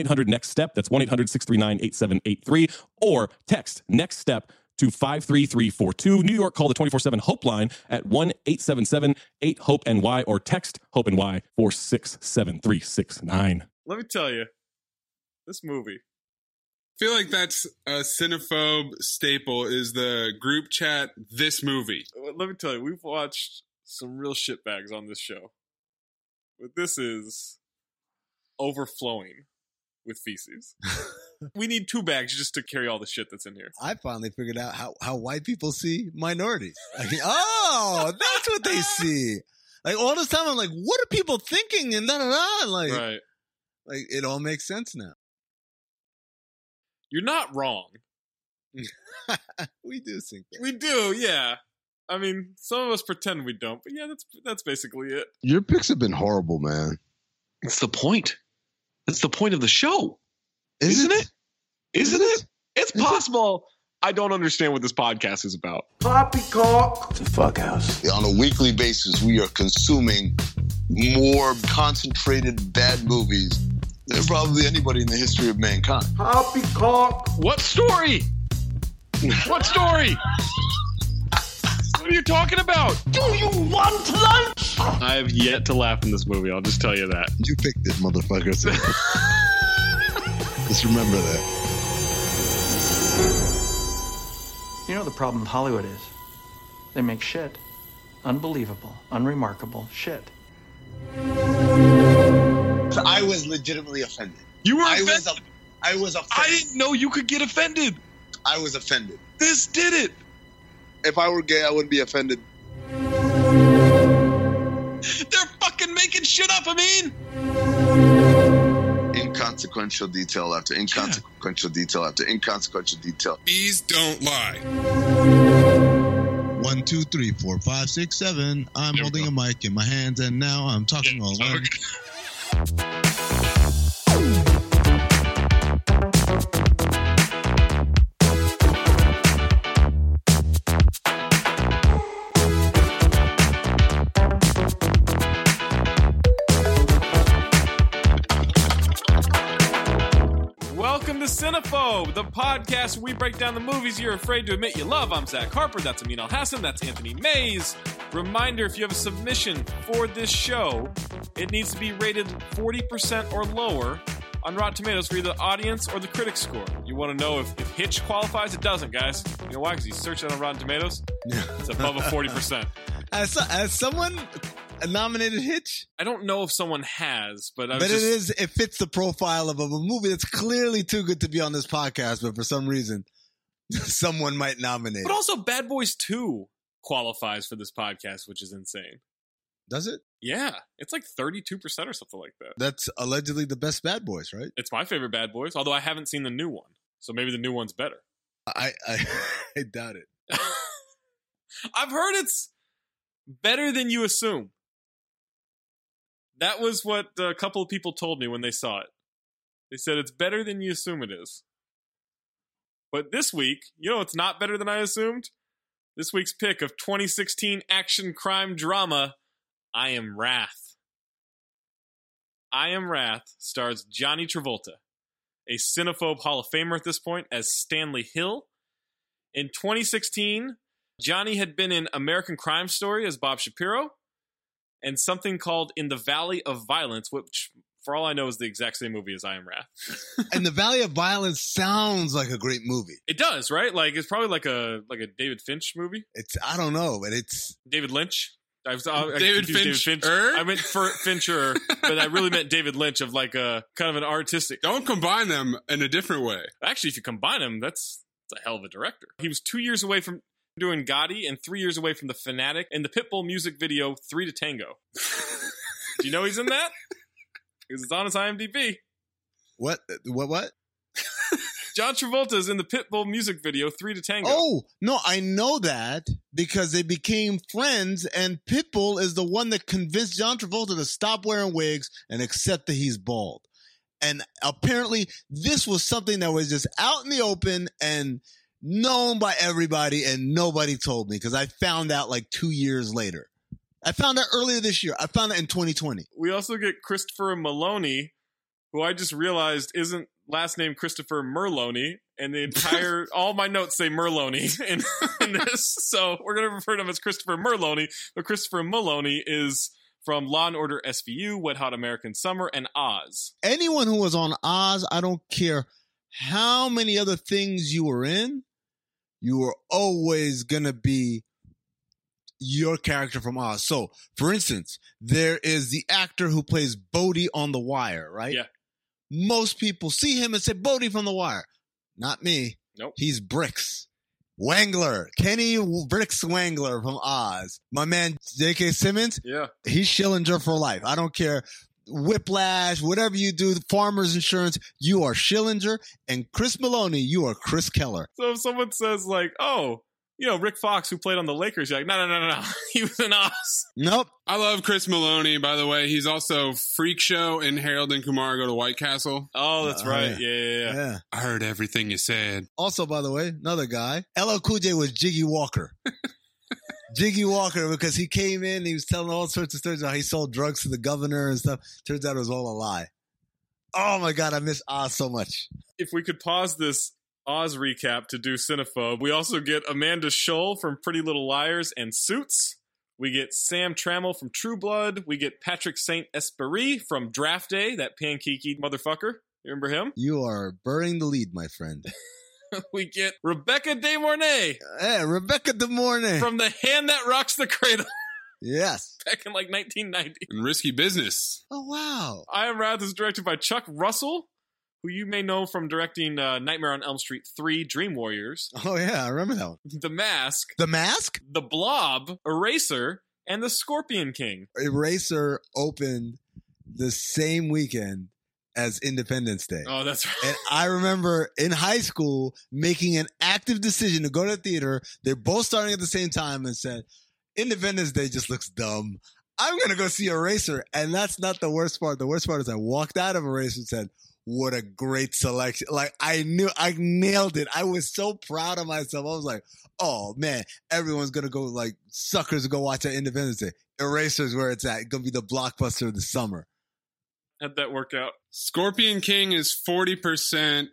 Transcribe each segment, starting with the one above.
800 Next Step. That's 1 800 639 8783. Or text Next Step to 53342. New York, call the 24 7 Hope line at 1 877 8 Hope NY or text Hope NY 467369. Let me tell you, this movie. I feel like that's a cinephobe staple is the group chat this movie. Uh, Let me tell you, we've watched some real shitbags on this show. But this is overflowing with feces. we need two bags just to carry all the shit that's in here. I finally figured out how, how white people see minorities. I mean, oh, that's what they see. Like all this time, I'm like, what are people thinking? And da da da. Like, Right. like it all makes sense now. You're not wrong. We do think that. We do, yeah. I mean, some of us pretend we don't, but yeah, that's that's basically it. Your picks have been horrible, man. It's the point. It's the point of the show, Is Isn't it? isn't Is it? It's possible. I don't understand what this podcast is about. On a weekly basis, we are consuming more concentrated bad movies than probably anybody in the history of mankind. What story? What story? what are you talking about? Do you want lunch? I have yet to laugh in this movie. I'll just tell you that. You picked it, motherfuckers. Just remember that. You know the problem with Hollywood is? They make shit. Unbelievable, unremarkable shit. I was legitimately offended. You were I offended. was, a, I was I offended. didn't know you could get offended. I, was offended. This did it. If I were gay, I wouldn't be offended. They're fucking making shit up. I mean, Inconsequential detail after inconsequential detail after inconsequential detail. Bees don't lie. One, two, three, four, five, six, seven. I'm There we holding go. a mic in my hands, and now I'm talking all alone. Welcome to Cinephobe, the podcast where we break down the movies you're afraid to admit you love. I'm Zach Harper. That's Amin Al Hassan. That's Anthony Mays. Reminder if you have a submission for this show, it needs to be rated 40% or lower on Rotten Tomatoes for either the audience or the critic score. You want to know if, if Hitch qualifies? It doesn't, guys. You know why? Because you search that on Rotten Tomatoes, it's above a 40%. As, as someone nominated Hitch, I don't know if someone has, but I was but just, it is it fits the profile of a movie that's clearly too good to be on this podcast, but for some reason, someone might nominate. But it. also, Bad Boys 2 qualifies for this podcast, which is insane. Does it? Yeah, it's like 32% or something like that. That's allegedly the best Bad Boys, right? It's my favorite Bad Boys, although I haven't seen the new one. So maybe the new one's better. I I, I doubt it. I've heard it's better than you assume. That was what uh, a couple of people told me when they saw it. They said it's better than you assume it is. But this week, you know, it's not better than I assumed. This week's pick of 2016 action crime drama, I Am Wrath. I Am Wrath stars Johnny Travolta, a cinephobe Hall of Famer at this point, as Stanley Hill. In 2016, Johnny had been in American Crime Story as Bob Shapiro and something called In the Valley of Violence, which, for all I know, is the exact same movie as I Am Wrath. and the Valley of Violence sounds like a great movie. It does, right? Like it's probably like a like a David Finch movie. It's I don't know, but it's David Lynch. I was I, I David confused Fincher? I meant for Fincher, but I really meant David Lynch of like a kind of an artistic. Don't combine them in a different way. Actually, if you combine them, that's, that's a hell of a director. He was two years away from doing Gotti and three years away from the Fanatic and the Pitbull music video Three to Tango. Do you know he's in that? Because it's on his IMDb. what what what? John Travolta is in the Pitbull music video Three to Tango. Oh no, I know that because they became friends, and Pitbull is the one that convinced John Travolta to stop wearing wigs and accept that he's bald. And apparently, this was something that was just out in the open and known by everybody, and nobody told me because I found out like two years later. I found out earlier this year. I found out in 2020. we also get Christopher Maloney, who I just realized isn't last name Christopher Merloney, and the entire all my notes say Merloney in, in this. So we're gonna refer to him as Christopher Merloney, but Christopher Maloney is from Law and Order SVU, Wet Hot American Summer, and Oz. anyone who was on Oz, I don't care how many other things you were in, you were always gonna be your character from Oz. So, for instance, there is the actor who plays Bodie on The Wire, right? Yeah. Most people see him and say Bodie from The Wire. Not me. Nope. He's Bricks. Wangler, Kenny Bricks Wangler from Oz. My man J.K. Simmons, Yeah. he's Schillinger for life. I don't care. Whiplash, whatever you do, farmers insurance, you are Schillinger. And Chris Maloney, you are Chris Keller. So if someone says like, oh, you know, Rick Fox who played on the Lakers, you're like, no, no, no, no, no. He was in Oz. Nope. I love Chris Maloney, by the way. He's also Freak Show and Harold and Kumar Go to White Castle. Oh, that's Oh, right. yeah. Yeah, yeah, yeah. Yeah. I heard everything you said. Also, by the way, another guy, LL Cool J was Jiggy Walker. Jiggy Walker, because he came in, and he was telling all sorts of stories about how he sold drugs to the governor and stuff. Turns out it was all a lie. Oh my God, I miss Oz so much. if we could pause this Oz recap to do Cinephobe, we also get Amanda Scholl from Pretty Little Liars and Suits. We get Sam Trammell from True Blood. We get Patrick Saint Espery from Draft Day, that pankiki motherfucker. You remember him? You are burning the lead, my friend. We get Rebecca De Mornay Hey, Rebecca De Mornay. from The Hand That Rocks the Cradle yes. back in like 1990. And Risky Business. Oh, wow. I Am Wrath is directed by Chuck Russell, who you may know from directing uh, Nightmare on Elm Street 3, Dream Warriors, Oh, yeah, I remember that one. The Mask, The Mask? The Blob, Eraser, and The Scorpion King. Eraser opened the same weekend as Independence Day. Oh, that's right. And I remember in high school making an active decision to go to the theater. They're both starting at the same time and said, Independence Day just looks dumb. I'm going to go see Eraser. And that's not the worst part. The worst part is I walked out of Eraser and said, what a great selection. Like I knew I nailed it. I was so proud of myself. I was like, oh man, everyone's going to go like suckers go watch that Independence Day. Eraser is where it's at. It's going to be the blockbuster of the summer. How'd that work out? Scorpion King is 40%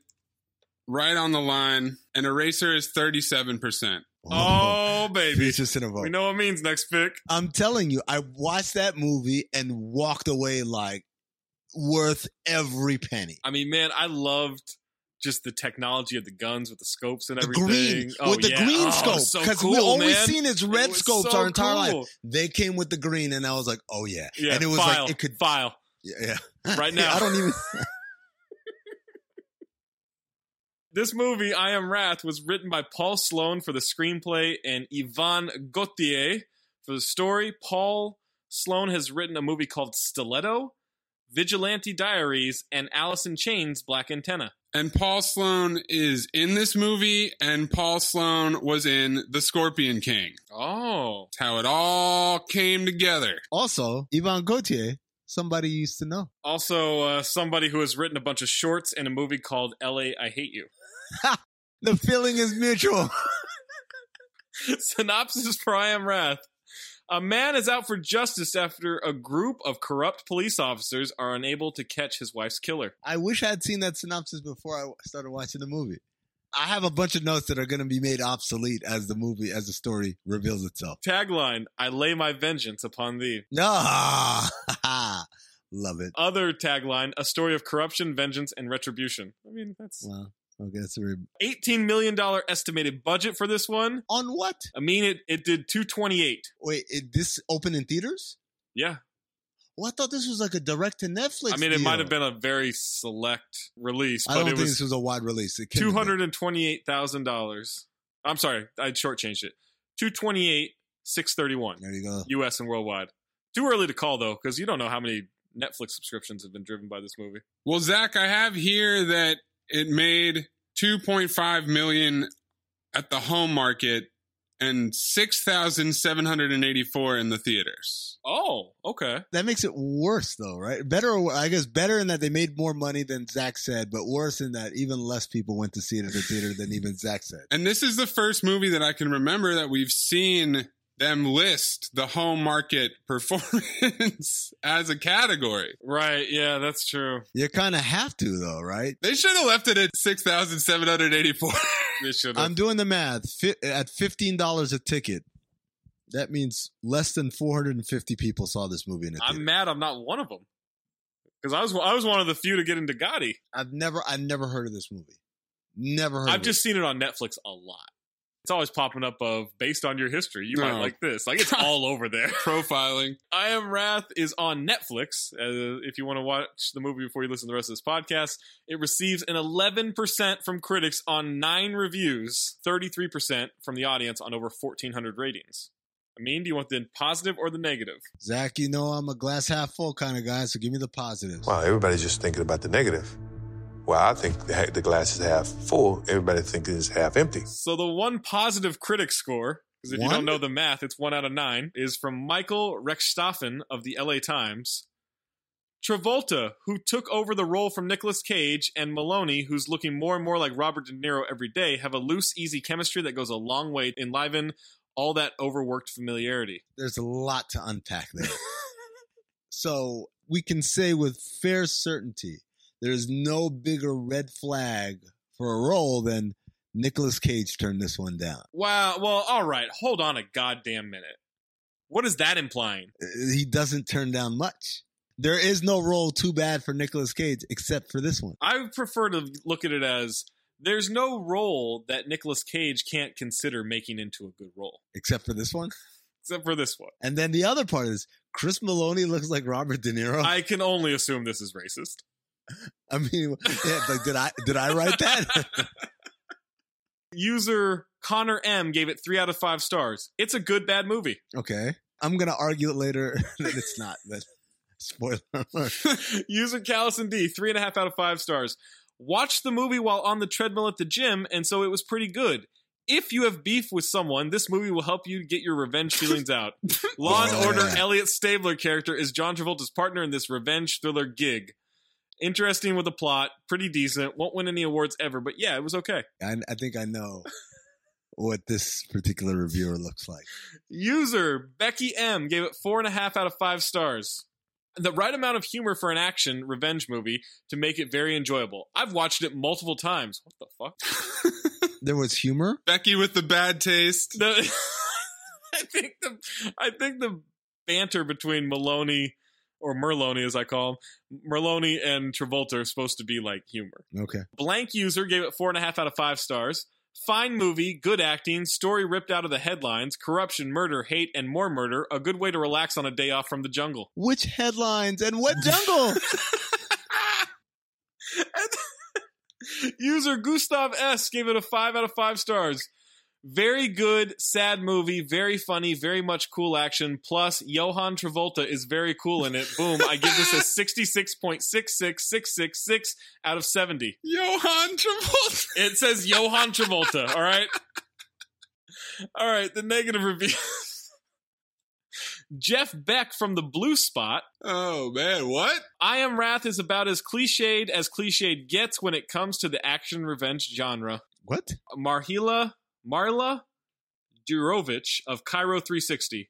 right on the line, and Eraser is 37%. Oh, baby. Future Cinevox. We know what means next pick. I'm telling you, I watched that movie and walked away like worth every penny. I mean, man, I loved just the technology of the guns with the scopes and The everything. green Oh, with the yeah. green Oh, scope so because cool, we always man. seen its It red was scopes so our entire cool. life. They came with the green, and I was like, oh yeah, Yeah, and it was file, like it could, file. yeah, Right Yeah, now. I don't even. This movie, I Am Wrath, was written by Paul Sloan for the screenplay and Yvonne Gauthier for the story. Paul Sloan has written a movie called Stiletto, Vigilante Diaries, and Alice in Chains Black Antenna. And Paul Sloan is in this movie, and Paul Sloan was in The Scorpion King. Oh. It's how it all came together. Also, Yvonne Gautier somebody you used to know. Also, uh, somebody who has written a bunch of shorts and a movie called "L.A. I Hate You." The feeling is mutual. Synopsis for I Am Wrath. A man is out for justice after a group of corrupt police officers are unable to catch his wife's killer. I wish I had seen that synopsis before I started watching the movie. I have a bunch of notes that are going to be made obsolete as the movie, as the story reveals itself. Tagline I lay my vengeance upon thee. Ah, love it. Other tagline A story of corruption, vengeance, and retribution. I mean, that's Wow. Okay, that's a re- $18 million estimated budget for this one. on what? I mean, it, it did 228 Wait, it, this opened in theaters? Yeah. Well, I thought this was like a direct to Netflix. I mean, it deal. might have been a very select release, I don't but it think this was was a wide release. It couldn't have been. $228,000. I'm sorry, I shortchanged it. 228, 631. There you go. U.S. and worldwide. Too early to call though, because you don't know how many Netflix subscriptions have been driven by this movie. Well, Zach, I have here that it made 2.5 million at the home market and 6,784 in the theaters. Oh, okay. That makes it worse, though, right? Better, or wor- I guess, better in that they made more money than Zach said, but worse in that even less people went to see it at the theater than even Zach said. And this is the first movie that I can remember that we've seen them list the home market performance as a category. Right? Yeah, that's true. You kind of have to, though, right? They should have left it at 6,784. They should have. I'm doing the math. Fi- at fifteen dollars a ticket, that means less than four hundred and fifty people saw this movie in a I'm theater. mad. I'm not one of them. Because I was I was one of the few to get into Gotti. I've never, I've never heard of this movie. Never heard. I've of just seen it on Netflix a lot. It's always popping up of based on your history, you might No. like this. Like it's all over there. Profiling. I Am Wrath is on Netflix. Uh, if you want to watch the movie before you listen to the rest of this podcast, it receives an 11% from critics on nine reviews, 33% from the audience on over 1,400 ratings. I mean, do you want the positive or the negative? it. Zach. You know, I'm a glass half full kind of guy, so give me the positives. Well, everybody's just thinking about the negative. Well, I think the, the glass is half full. Everybody thinks it's half empty. So the one positive critic score, because if you One? don't know the math, it's one out of nine, is from Michael Rechstoffen of the LA Times. Travolta, who took over the role from Nicolas Cage, and Maloney, who's looking more and more like Robert De Niro every day, have a loose, easy chemistry that goes a long way to enliven all that overworked familiarity. There's a lot to unpack there. so we can say with fair certainty, there is no bigger red flag for a role than Nicolas Cage turned this one down. Wow, well, all right, hold on a goddamn minute. What is that implying? Uh, he doesn't turn down much. There is no role too bad for Nicolas Cage except for this one. I prefer to look at it as there's no role that Nicolas Cage can't consider making into a good role, Except for this one. except for this one. And then the other part is Chris Maloney looks like Robert De Niro. I, I can only assume this is racist. mean, yeah, like did I did I write that? User Connor M gave it three out of five stars. It's a good bad movie. okay. I'm gonna argue it later that it's not, but spoiler alert. User Callison D three and a half out of five stars. Watched the movie while on the treadmill at the gym, and so it was pretty good. If you have beef with someone, this movie will help you get your revenge feelings out. Law and Yeah. Order Elliot Stabler character is John Travolta's partner in this revenge thriller gig. Interesting with the plot, pretty decent. Won't win any awards ever, but yeah, it was okay. I, I think I know what this particular reviewer looks like. User Becky M gave it four and a half out of five stars. The right amount of humor for an action revenge movie to make it very enjoyable. I've watched it multiple times. What the fuck? There was humor. Becky with the bad taste. The, I think the I think the banter between Maloney or Merloney as I call him, Merloney and Travolta are supposed to be like humor. Okay. Blank user gave it four and a half out of five stars. Fine movie, good acting, story ripped out of the headlines, corruption, murder, hate, and more murder. A good way to relax on a day off from the jungle. Which headlines and what jungle? User Gustav S gave it a five out of five stars. Very good, sad movie, very funny, very much cool action. Plus, Johan Travolta is very cool in it. Boom, I give this a 66.66666 out of 70. Johan Travolta. It says Johan Travolta, all right? All right, the negative review. Jeff Beck from The Blue Spot. Oh man, what? I Am Wrath is about as cliched as cliched gets when it comes to the action revenge genre. What? Marhila Marla Durovich of Cairo 360.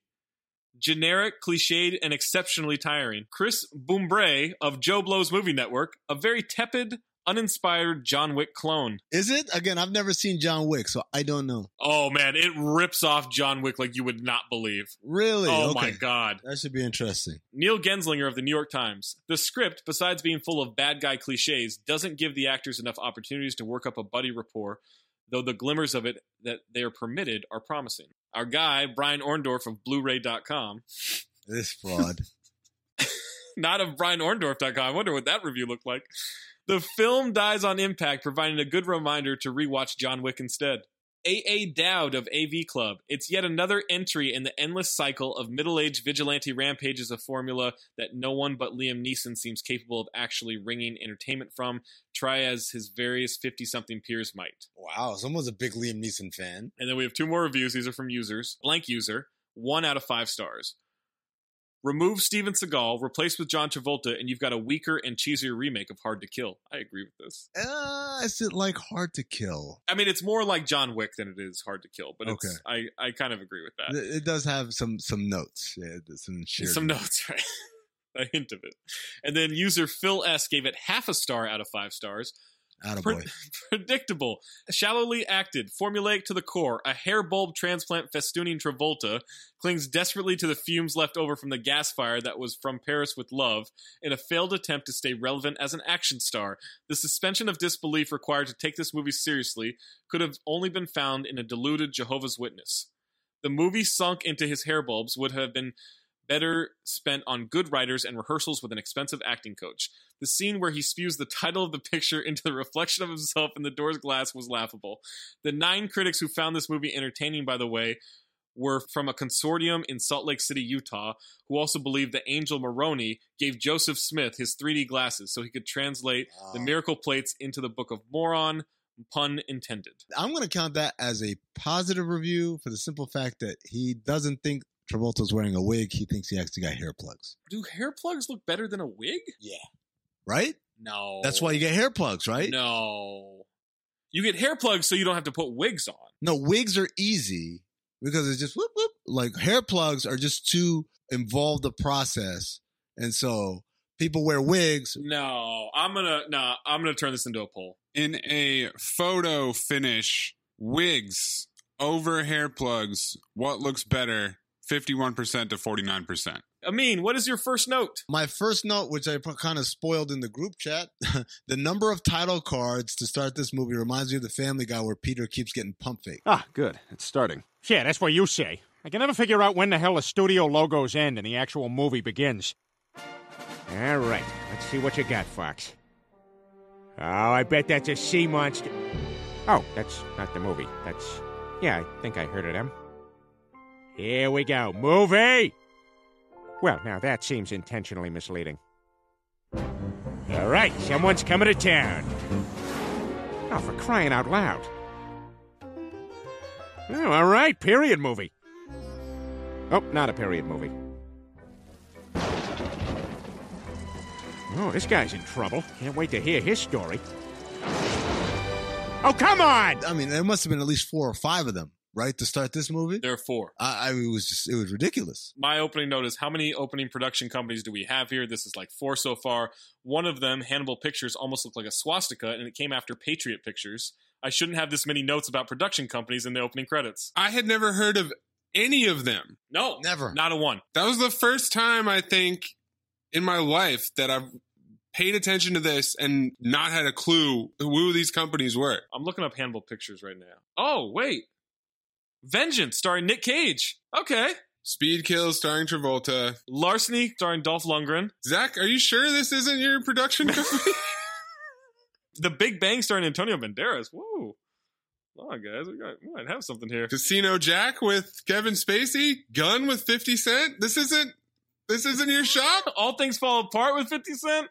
Generic, cliched, and exceptionally tiring. Chris Boombre of Joe Blow's Movie Network, a very tepid, uninspired John Wick clone. Is it? Again, I've never seen John Wick, so I don't know. Oh man, it rips off John Wick like you would not believe. Really? Oh Okay. my god. That should be interesting. Neil Genslinger of the New York Times. The script, besides being full of bad guy cliches, doesn't give the actors enough opportunities to work up a buddy rapport, though the glimmers of it that they are permitted are promising. Our guy, Brian Orndorff of Blu-ray.com. This fraud. Not of BrianOrndorff.com. I wonder what that review looked like. The film dies on impact, providing a good reminder to rewatch John Wick instead. A.A. Dowd of AV Club. It's yet another entry in the endless cycle of middle aged vigilante rampages, a formula that no one but Liam Neeson seems capable of actually wringing entertainment from, try as his various 50 something peers might. wow, someone's a big Liam Neeson fan. And then we have two more reviews. These are from users. Blank user, one out of five stars. Remove Steven Seagal, replace with John Travolta, and you've got a weaker and cheesier remake of Hard to Kill. I agree with this. Uh, is it like hard to kill? I mean, it's more like John Wick than it is Hard to Kill, but it's, I, I kind of agree with that. It it does have some some notes. Yeah, Uh, some shared Some notes, right? a hint of it. And then user Phil S gave it half a star out of five stars. Attaboy. Predictable, shallowly acted, formulaic to the core, a hair bulb transplant festooning Travolta, clings desperately to the fumes left over from the gas fire that was from Paris with Love, in a failed attempt to stay relevant as an action star. The suspension of disbelief required to take this movie seriously could have only been found in a deluded Jehovah's Witness. The movie sunk into his hair bulbs would have been better spent on good writers and rehearsals with an expensive acting coach. The scene where he spews the title of the picture into the reflection of himself in the door's glass was laughable. The nine critics who found this movie entertaining, by the way, were from a consortium in Salt Lake City, Utah, who also believed that Angel Maroney gave Joseph Smith his 3D glasses so he could translate the Wow. miracle plates into the Book of Moron, pun intended. I'm going to count that as a positive review for the simple fact that he doesn't think Travolta's wearing a wig. He thinks he actually got hair plugs. Do hair plugs look better than a wig? Right? No. That's why you get hair plugs, right? No. You get hair plugs so you don't have to put wigs on. No, wigs are easy because it's just whoop whoop. Like hair plugs are just too involved the process, and so people wear wigs. No, I'm gonna nah, I'm gonna turn this into a poll. In a photo finish, wigs over hair plugs. What looks better? Fifty-one percent to forty-nine percent. Amin, what is your first note? My first note, which I kind of spoiled in the group chat, the number of title cards to start this movie reminds me of the Family Guy where Peter keeps getting pump fake. Ah, good. It's starting. Yeah, that's what you say. I can never figure out when the hell the studio logos end and the actual movie begins. All right, let's see what you got, Fox. Oh, I bet that's a sea monster. Oh, that's not the movie. That's. Yeah, I think I heard of them. Here we go. Movie! Well, now that seems intentionally misleading. All right, someone's coming to town. Oh, for crying out loud. Oh, all right, period movie. Oh, not a period movie. Oh, this guy's in trouble. Can't wait to hear his story. Oh, come on! I mean, there must have been at least four or five of them, right, to start this movie. There are four. I, I it was just it was ridiculous. My opening note is how many opening production companies do we have here? This is like four so far. One of them, Hannibal Pictures, almost looked like a swastika, and it came after Patriot Pictures. I shouldn't have this many notes about production companies in the opening credits. I had never heard of any of them. No, Never. not a one. That was the first time I think in my life that I've paid attention to this and not had a clue who these companies were. I'm looking up Hannibal Pictures right now. Oh wait, Vengeance starring Nick Cage. Okay, Speed Kill starring Travolta. Larceny starring Dolph Lundgren. Zach, are you sure this isn't your production company? The Big Bang starring Antonio Banderas. Whoa. Come on, guys. We, got, we might have something here. Casino Jack with Kevin Spacey, Gun with 50 Cent. This isn't this isn't your shop? All Things Fall Apart with 50 Cent?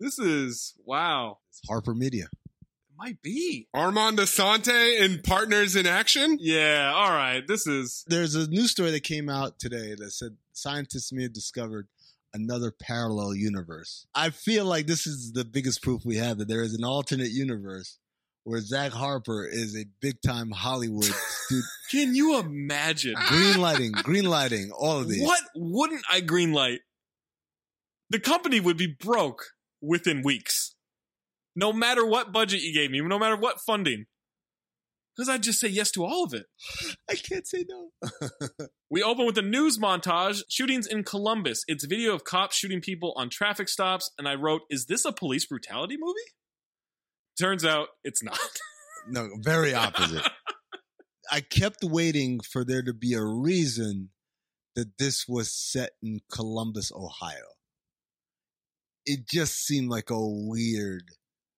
This is, wow. It's Harper Media. It might be. Armand Asante and Partners in Action? Yeah, all right. This is, There's a news story that came out today that said scientists may have discovered another parallel universe. I feel like this is the biggest proof we have that there is an alternate universe where Zach Harper is a big time Hollywood dude. Can you imagine? Green lighting, green lighting, all of these. Ah, What wouldn't I greenlight? The company would be broke within weeks. No matter what budget you gave me, no matter what funding. Because I'd just say yes to all of it. I can't say no. We open with a news montage shootings in Columbus. It's video of cops shooting people on traffic stops. And I wrote, Is this a police brutality movie? Turns out it's not. No, very opposite. I kept waiting for there to be a reason that this was set in Columbus, Ohio. It just seemed like a weird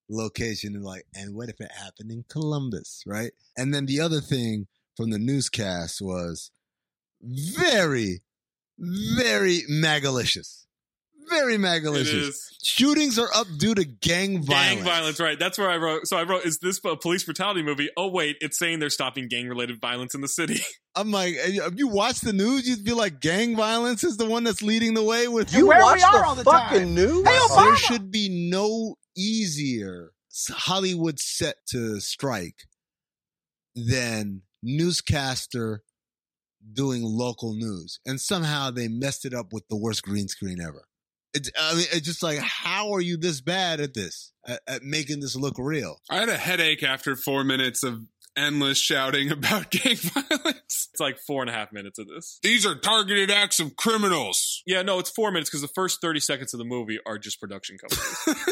location and like, and what if it happened in Columbus, right? And then the other thing from the newscast was very, very magalicious. Very It magalicious. is. Shootings are up due to gang violence. Gang violence, right. That's where I wrote. So I wrote, Is this a police brutality movie? Oh, wait, it's saying they're stopping gang related violence in the city. I'm like, if you watch the news, you'd be like, gang violence is the one that's leading the way with You Where watch we are the all the fucking time. news? Hey, Obama! There should be no easier Hollywood set to strike than newscaster doing local news, and somehow they messed it up with the worst green screen ever. It's, I mean, it's just like, how are you this bad at this, at, at making this look real? I had a headache after four minutes of endless shouting about gang violence. It's like four and a half minutes of this. These are targeted acts of criminals. Yeah, no, it's four minutes because the first 30 seconds of the movie are just production companies.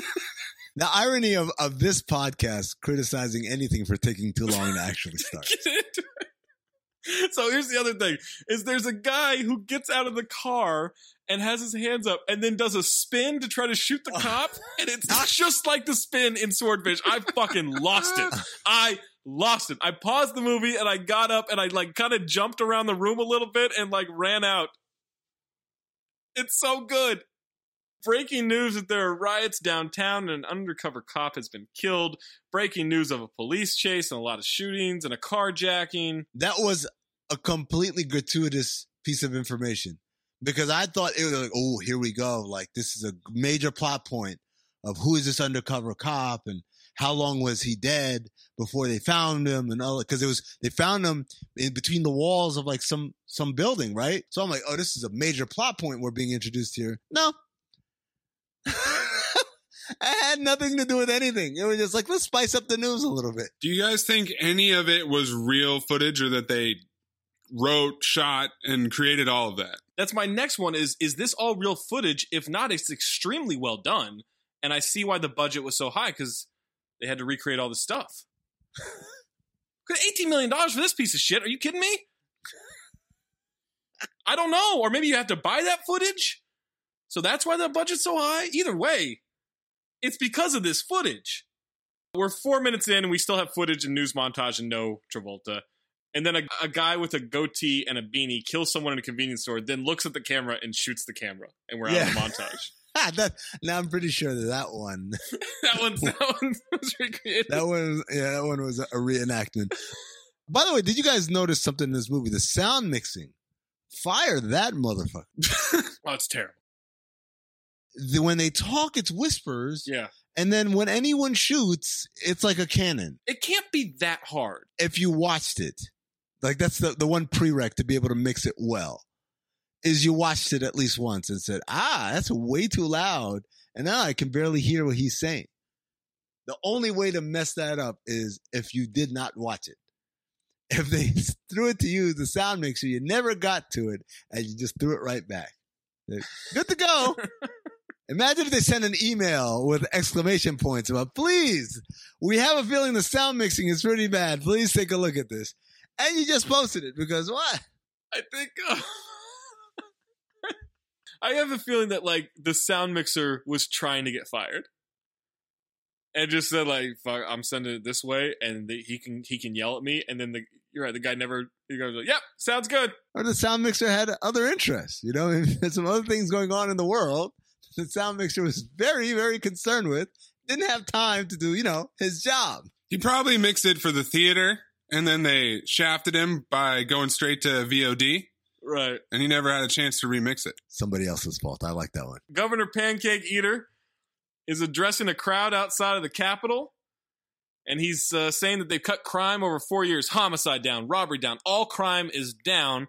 The irony of, of this podcast criticizing anything for taking too long to actually start. so here's the other thing is there's a guy who gets out of the car and has his hands up and then does a spin to try to shoot the cop and it's not just like the spin in swordfish i fucking lost it i lost it i paused the movie and i got up and i like kind of jumped around the room a little bit and like ran out it's so good Breaking news that there are riots downtown and an undercover cop has been killed. Breaking news of a police chase and a lot of shootings and a carjacking. that was a completely gratuitous piece of information because I thought it was like, oh, here we go. Like, this is a major plot point of who is this undercover cop and how long was he dead before they found him and all because it was they found him in between the walls of like some some building right so i'm like oh this is a major plot point we're being introduced here no i had nothing to do with anything it was just like let's spice up the news a little bit Do you guys think any of it was real footage or that they wrote, shot, and created all of that? That's my next one is is this all real footage? If not, it's extremely well done. And I see why the budget was so high cuz they had to recreate all this stuff. 'Cause 18 million dollars for this piece of shit. Are you kidding me? I don't know, or maybe you have to buy that footage. So that's why the budget's so high. Either way, it's because of this footage. We're 4 minutes in and we still have footage and news montage and no Travolta. And then a, a guy with a goatee and a beanie kills someone in a convenience store, then looks at the camera and shoots the camera, and we're out of the Yeah. montage. that, now i'm pretty sure that that one That one's that one was recreated. That one, yeah, that one was a reenactment. By the way, did you guys notice something in this movie? The sound mixing, fire that motherfucker. oh, it's terrible. The- when they talk, it's whispers, Yeah, and then when anyone shoots, it's like a cannon. it can't be that hard. If you watched it, like that's the the one prereq to be able to mix it well, is you watched it at least once and said, ah, that's way too loud, and now I can barely hear what he's saying. The only way to mess that up is if you did not watch it. If they threw it to you, as the sound mixer, you never got to it, and you just threw it right back. Like, Good to go. Imagine if they sent an email with exclamation points about, please, we have a feeling the sound mixing is pretty bad. Please take a look at this. And you just posted it because what? I think uh, I have a feeling that like the sound mixer was trying to get fired, and just said like "Fuck, I'm sending it this way," and the, he can he can yell at me, and then the you're right, the guy never he goes like, "Yep, sounds good." Or the sound mixer had other interests. You know, there's some other things going on in the world the sound mixer was very, very concerned with. Didn't have time to do, you know, his job. He probably mixed it for the theater and then they shafted him by going straight to VOD. Right. And he never had a chance to remix it. Somebody else's fault. I like that one. Governor Pancake Eater is addressing a crowd outside of the Capitol, and he's uh, saying that they've cut crime over four years homicide down, robbery down, all crime is down.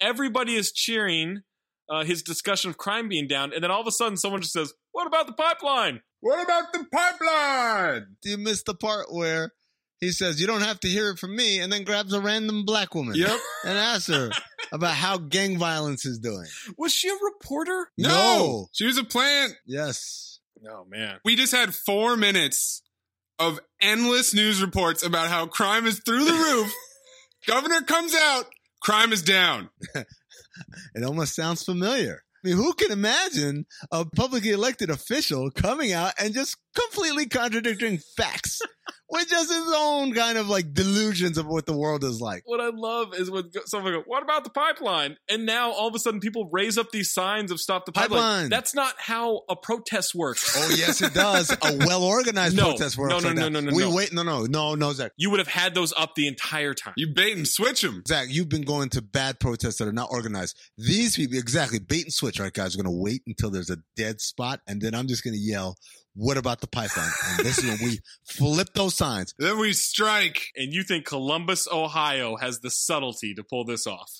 Everybody is cheering uh, his discussion of crime being down, and then all of a sudden, someone just says, What about the pipeline? What about the pipeline? You missed the part where he says, You don't have to hear it from me, and then grabs a random black woman Yep. and asks her about how gang violence is doing. Was she a reporter? No. No. She was a plant. Yes. No, man. We just had four minutes of endless news reports about how crime is through the roof. Governor comes out, crime is down. It almost sounds familiar. I mean, who can imagine a publicly elected official coming out and just completely contradicting facts with just his own kind of like delusions of what the world is like? What I love is when go- someone goes, What about the pipeline? And now all of a sudden, people raise up these signs of Stop the Pipeline. Pipeline. That's not how a protest works. Oh yes, it does. A well-organized No. protest works No, no, like no, that. no, no, we no. wait. No, no, no, no, Zach. You would have had those up the entire time. You bait and switch them. Zach, you've been going to bad protests that are not organized. These people, exactly, bait and switch. All right, guys, we're going to wait until there's a dead spot, and then I'm just going to yell, "What about the pipeline?" And this is when we flip those signs. Then we strike. and you think Columbus, Ohio has the subtlety to pull this off.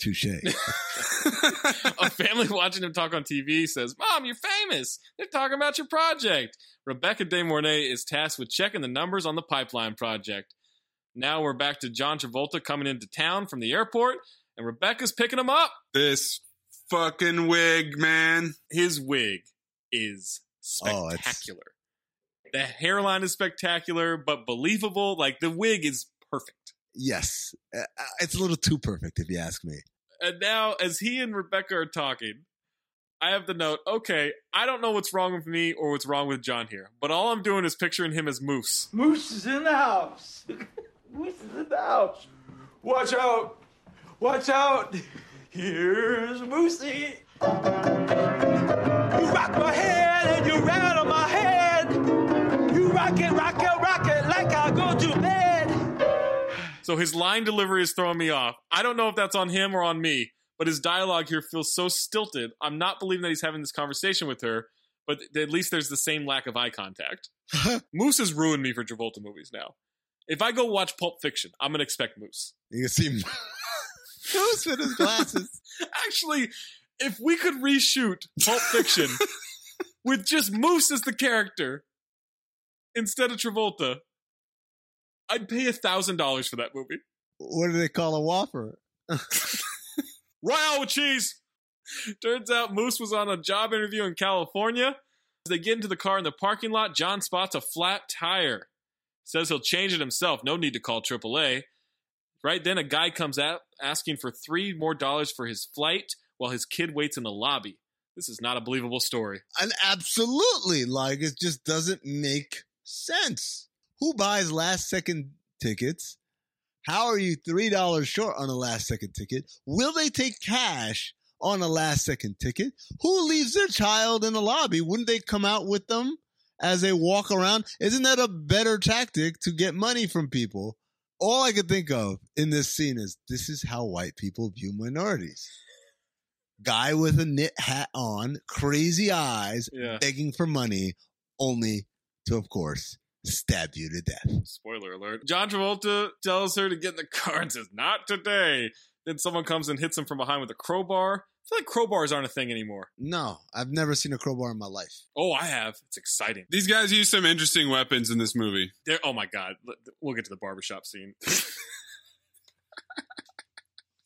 Touche. a family watching him talk on TV says, Mom, you're famous. They're talking about your project. Rebecca De Mornay is tasked with checking the numbers on the pipeline project. Now we're back to John Travolta coming into town from the airport, and Rebecca's picking him up. This fucking wig, man. His wig is Oh, it's- spectacular. the hairline is spectacular, but believable. Like the wig is perfect. Yes, Uh, it's a little too perfect, if you ask me. And now, as he and Rebecca are talking, I have the note. Okay, I don't know what's wrong with me or what's wrong with John here, but all I'm doing is picturing him as Moose. Moose is in the house. Moose is in the house. Watch out. Watch out. Here's Moosey. You rock my head and you rattle my head. You rock it, rock it, rock it like I go to bed. So his line delivery is throwing me off. I don't know if that's on him or on me, but his dialogue here feels so stilted. I'm not believing that he's having this conversation with her, but th- at least there's the same lack of eye contact. Moose has ruined me for Travolta movies now. If I go watch Pulp Fiction, I'm going to expect Moose. You can see who's with his glasses. Actually, if we could reshoot Pulp Fiction with just Moose as the character instead of Travolta, I'd pay a thousand dollars for that movie. What do they call a whopper? Royale with cheese. Turns out Moose was on a job interview in California. As they get into the car in the parking lot, John spots a flat tire. Says he'll change it himself. No need to call AAA. Right then, a guy comes out asking for three more dollars for his flight while his kid waits in the lobby. This is not a believable story. And absolutely, like it just doesn't make sense. Who buys last second tickets? How are you three dollars short on a last second ticket? Will they take cash on a last second ticket? Who leaves their child in the lobby? Wouldn't they come out with them as they walk around? Isn't that a better tactic to get money from people? All I could think of in this scene is this is how white people view minorities. Guy with a knit hat on, crazy eyes, Yeah. begging for money, only to, of course, stab you to death. Spoiler alert. John Travolta tells her to get in the car and says, Not today. Then someone comes and hits him from behind with a crowbar. I feel like crowbars aren't a thing anymore. No, I've never seen a crowbar in my life. Oh, I have. It's exciting. These guys use some interesting weapons in this movie. There, oh my god, Let- we'll get to the barbershop scene.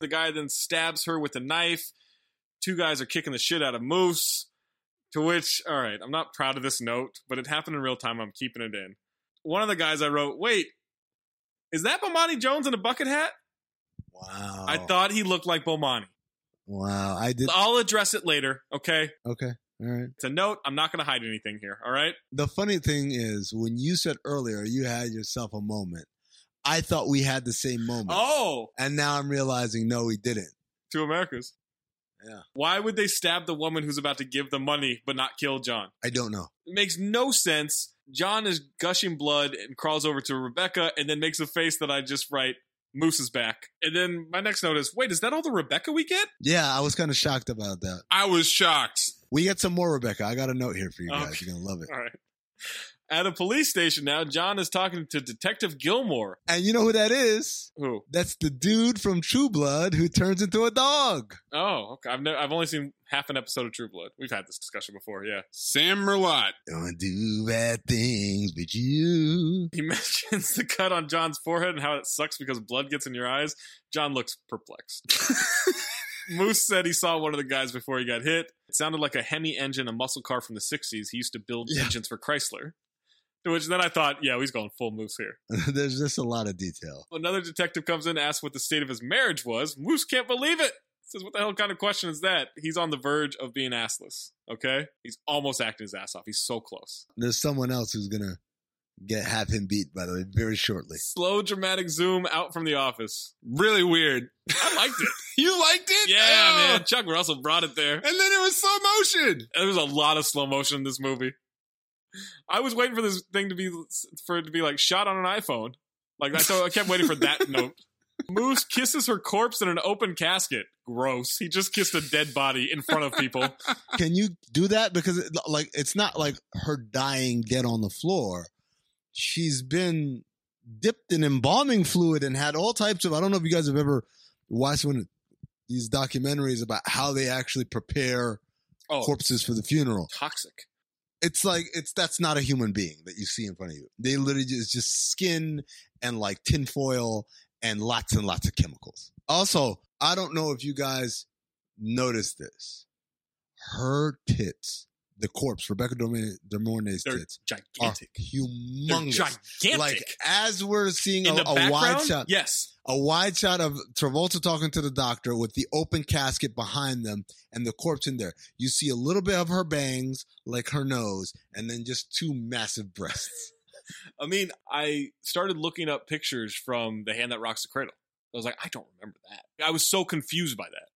the guy then stabs her with a knife. Two guys are kicking the shit out of Moose. To which, all right, I'm not proud of this note, but it happened in real time. I'm keeping it in. One of the guys I wrote, wait, is that Bomani Jones in a bucket hat? Wow. I thought he looked like Bomani. Wow. I did. I'll address it later, okay? Okay. All right. It's a note. I'm not going to hide anything here, all right? The funny thing is, when you said earlier you had yourself a moment, I thought we had the same moment. Oh, And now I'm realizing, no, we didn't. two Americas. Yeah. Why would they stab the woman who's about to give the money but not kill John? I don't know. It makes no sense. John is gushing blood and crawls over to Rebecca and then makes a face that I just write, Moose is back. And then my next note is wait, is that all the Rebecca we get? Yeah, I was kind of shocked about that. I was shocked. We get some more Rebecca. I got a note here for you guys. You're gonna love it. All right. At a police station now, John is talking to Detective Gilmore. And you know who that is? Who? That's the dude from True Blood who turns into a dog. Oh, okay. I've never, I've only seen half an episode of True Blood. We've had this discussion before. Yeah. Sam Merlot. Don't do bad things, but you. He mentions the cut on John's forehead and how it sucks because blood gets in your eyes. John looks perplexed. Moose said he saw one of the guys before he got hit. It sounded like a Hemi engine, a muscle car from the 60s. He used to build engines for Chrysler. To which then I thought, yeah, he's going full Moose here. There's just a lot of detail. Another detective comes in, asks what the state of his marriage was. Moose can't believe it. Says, what the hell kind of question is that? He's on the verge of being assless. Okay? He's almost acting his ass off. He's so close. There's someone else who's gonna get have him beat. By the way, very shortly. Slow dramatic zoom out from the office. Really weird. I liked it. You liked it? Yeah, Oh. man. Chuck Russell brought it there. And then it was slow motion. There was a lot of slow motion in this movie. I was waiting for this thing to be for it to be like shot on an iPhone. Like that's I kept waiting for that note. Moose kisses her corpse in an open casket. Gross. He just kissed a dead body in front of people. Can you do that? Because it, like it's not like her dying dead on the floor. She's been dipped in embalming fluid and had all types of. I don't know if you guys have ever watched one of these documentaries about how they actually prepare Oh, corpses for the funeral. toxic. It's like it's that's not a human being that you see in front of you. They literally just, it's just skin and like tinfoil and lots and lots of chemicals. Also, I don't know if you guys noticed this. Her tits, the corpse, Rebecca Dorme- De Mornay's They're tits, are gigantic. They're humongous. gigantic. Like as we're seeing in a, the a wide background, shot, yes. a wide shot of Travolta talking to the doctor with the open casket behind them and the corpse in there. You see a little bit of her bangs, like her nose, and then just two massive breasts. I mean, I started looking up pictures from The Hand That Rocks the Cradle. I was like, I don't remember that. I was so confused by that.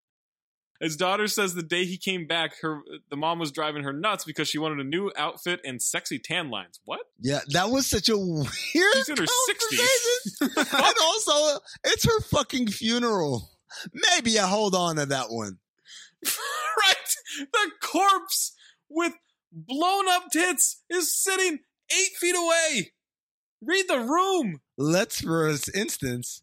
His daughter says the day he came back, her the mom was driving her nuts because she wanted a new outfit and sexy tan lines. What? Yeah, that was such a weird. She's in her sixties. conversation. and also, it's her fucking funeral. Maybe I hold on to that one. right? The corpse with blown up tits is sitting eight feet away. Read the room. Let's, for instance,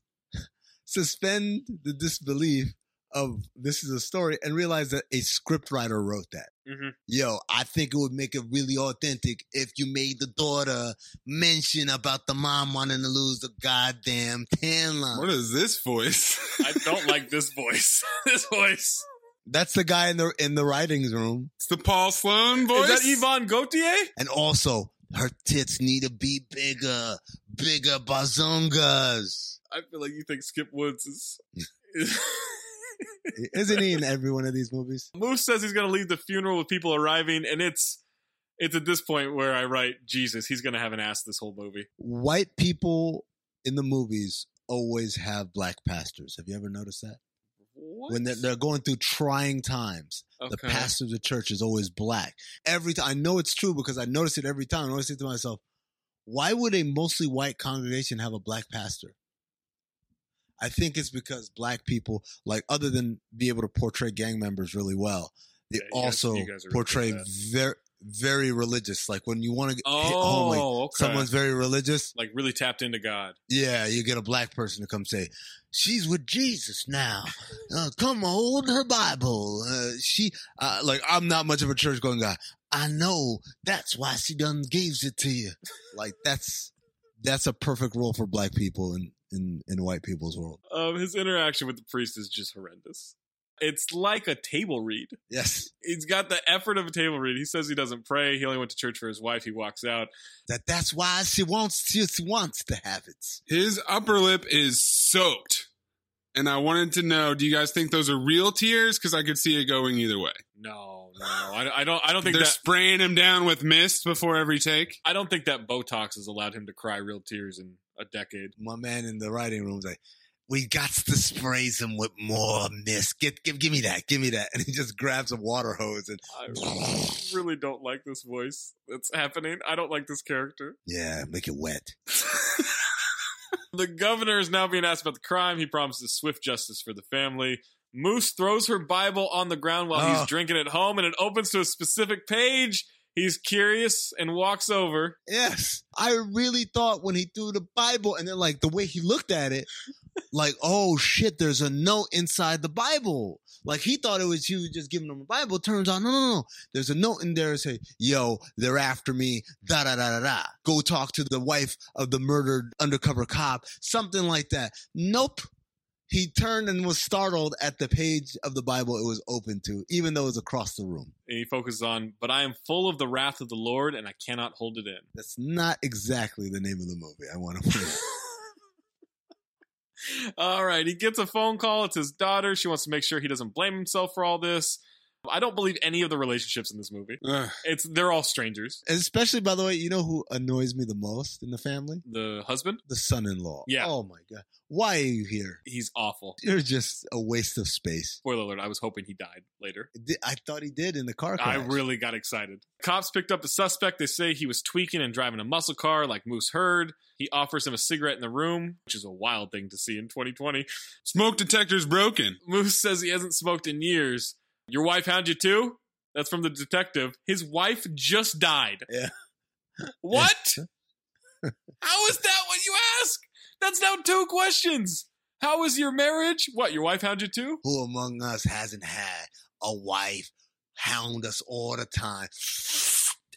suspend the disbelief of this is a story and realize that a scriptwriter wrote that. Mm-hmm. Yo, I think it would make it really authentic if you made the daughter mention about the mom wanting to lose the goddamn tan line. What is this voice? I don't like this voice. this voice. That's the guy in the in the writing room. It's the Paul Sloan voice. Is that Yvonne Gautier? And also, her tits need to be bigger, bigger bazongas. I feel like you think Skip Woods is. Isn't he in every one of these movies? Moose says he's going to leave the funeral with people arriving, and it's it's at this point where I write Jesus. He's going to have an ass this whole movie. White people in the movies always have black pastors. Have you ever noticed that? What? When they're, they're going through trying times, okay. the pastor of the church is always black. Every time I know it's true because I notice it every time. I always think to myself, why would a mostly white congregation have a black pastor? I think it's because black people, like other than be able to portray gang members really well, they Yeah, you guys- also you guys are portray good at that. very very religious. Like when you want to get hit home, like Oh, okay. someone's very religious, like really tapped into God. yeah, you get a black person to come say, "She's with Jesus now. Uh, come hold her Bible." Uh, she, uh, like, I'm not much of a church going guy. I know that's why she done gives it to you. Like that's that's a perfect role for black people in in in white people's world. Um, his interaction with the priest is just horrendous. It's like a table read. Yes, He's got the effort of a table read. He says he doesn't pray. He only went to church for his wife. He walks out. that that's why she wants she wants to have it. His upper lip is soaked. And I wanted to know, do you guys think those are real tears? Because I could see it going either way. No, no, I, I don't. I don't think They're that. spraying him down with mist before every take. I don't think that Botox has allowed him to cry real tears in a decade. My man in the writing room's like. We got to spray him with more mist. Get, give, give me that. Give me that. And he just grabs a water hose and I really don't like this voice that's happening. I don't like this character. yeah, make it wet. The governor is now being asked about the crime. He promises swift justice for the family. Moose throws her Bible on the ground while he's Oh. drinking at home, and it opens to a specific page. He's curious and walks over. Yes. I really thought when he threw the Bible and then like the way he looked at it, like, oh shit, there's a note inside the Bible. Like he thought it was you just giving him a Bible. Turns out, no, no, no. There's a note in there that say, yo, they're after me. Da da da da da. Go talk to the wife of the murdered undercover cop. Something like that. Nope. He turned and was startled at the page of the Bible it was open to, even though it was across the room. And he focuses on, but I am full of the wrath of the Lord, and I cannot hold it in. That's not exactly the name of the movie I want to put it. All right, he gets a phone call. It's his daughter. She wants to make sure he doesn't blame himself for all this. I don't believe any of the relationships in this movie. Ugh. It's they're all strangers. Especially, by the way, you know who annoys me the most in the family? The husband, The son-in-law. Yeah. Oh my god. Why are you here? he's awful. You're just a waste of space. Spoiler alert, I was hoping he died later. Di- I thought he did in the car I crash. really got excited. Cops picked up the suspect. They say he was tweaking and driving a muscle car like Moose Heard. He offers him a cigarette in the room, which is a wild thing to see in 2020. Smoke detector's broken. Moose says he hasn't smoked in years. Your wife hound you too? That's from the detective. His wife just died. Yeah. What? How is that what you ask? That's now two questions. How is your marriage? What, your wife hound you too? Who among us hasn't had a wife hound us all the time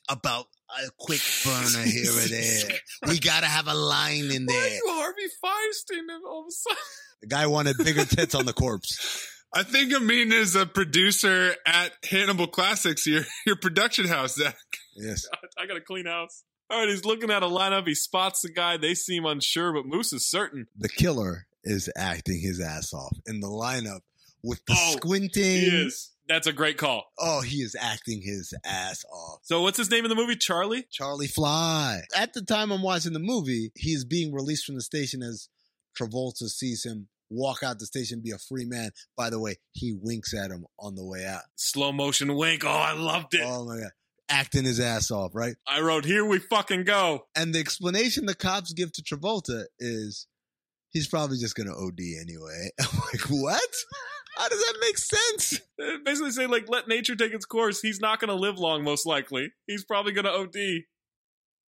about a quick burner here or there? We gotta have a line in Why are there. you Harvey Feinstein and all of a sudden? The guy wanted bigger tits on the corpse. I think Amin is a producer at Hannibal Classics, your your production house, Zach. Yes. I got a clean house. All right, he's looking at a lineup. He spots the guy. They seem unsure, but Moose is certain. The killer is acting his ass off in the lineup with the Oh, squinting. He Mm. is. That's a great call. Oh, he is acting his ass off. So, what's his name in the movie? Charlie? Charlie Fly. At the time I'm watching the movie, he is being released from the station as Travolta sees him walk out the station, be a free man. By the way, he winks at him on the way out. Slow motion wink. Oh, I loved Uh. it. Oh my God. Acting his ass off, right? I wrote, Here we fucking go. And the explanation the cops give to Travolta is he's probably just going to OD anyway. I'm like, what? How does that make sense? They Uh, Basically, say, like, let nature take its course. He's not going to live long, most likely. He's probably going to OD.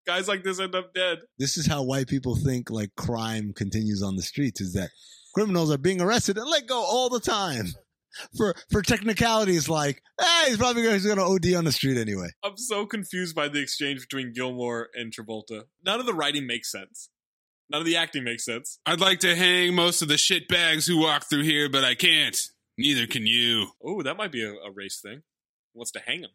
Guys like this end up dead. This is how white people think like crime continues on the streets is that criminals are being arrested and let go all the time. For for technicalities like, ah, he's probably going to OD on the street anyway. I'm so confused by the exchange between Gilmore and Travolta. None of the writing makes sense, none of the acting makes sense. I'd like to hang most of the shit bags who walk through here, but I can't. Neither can you. Oh, that might be a, a race thing. Wants to hang him.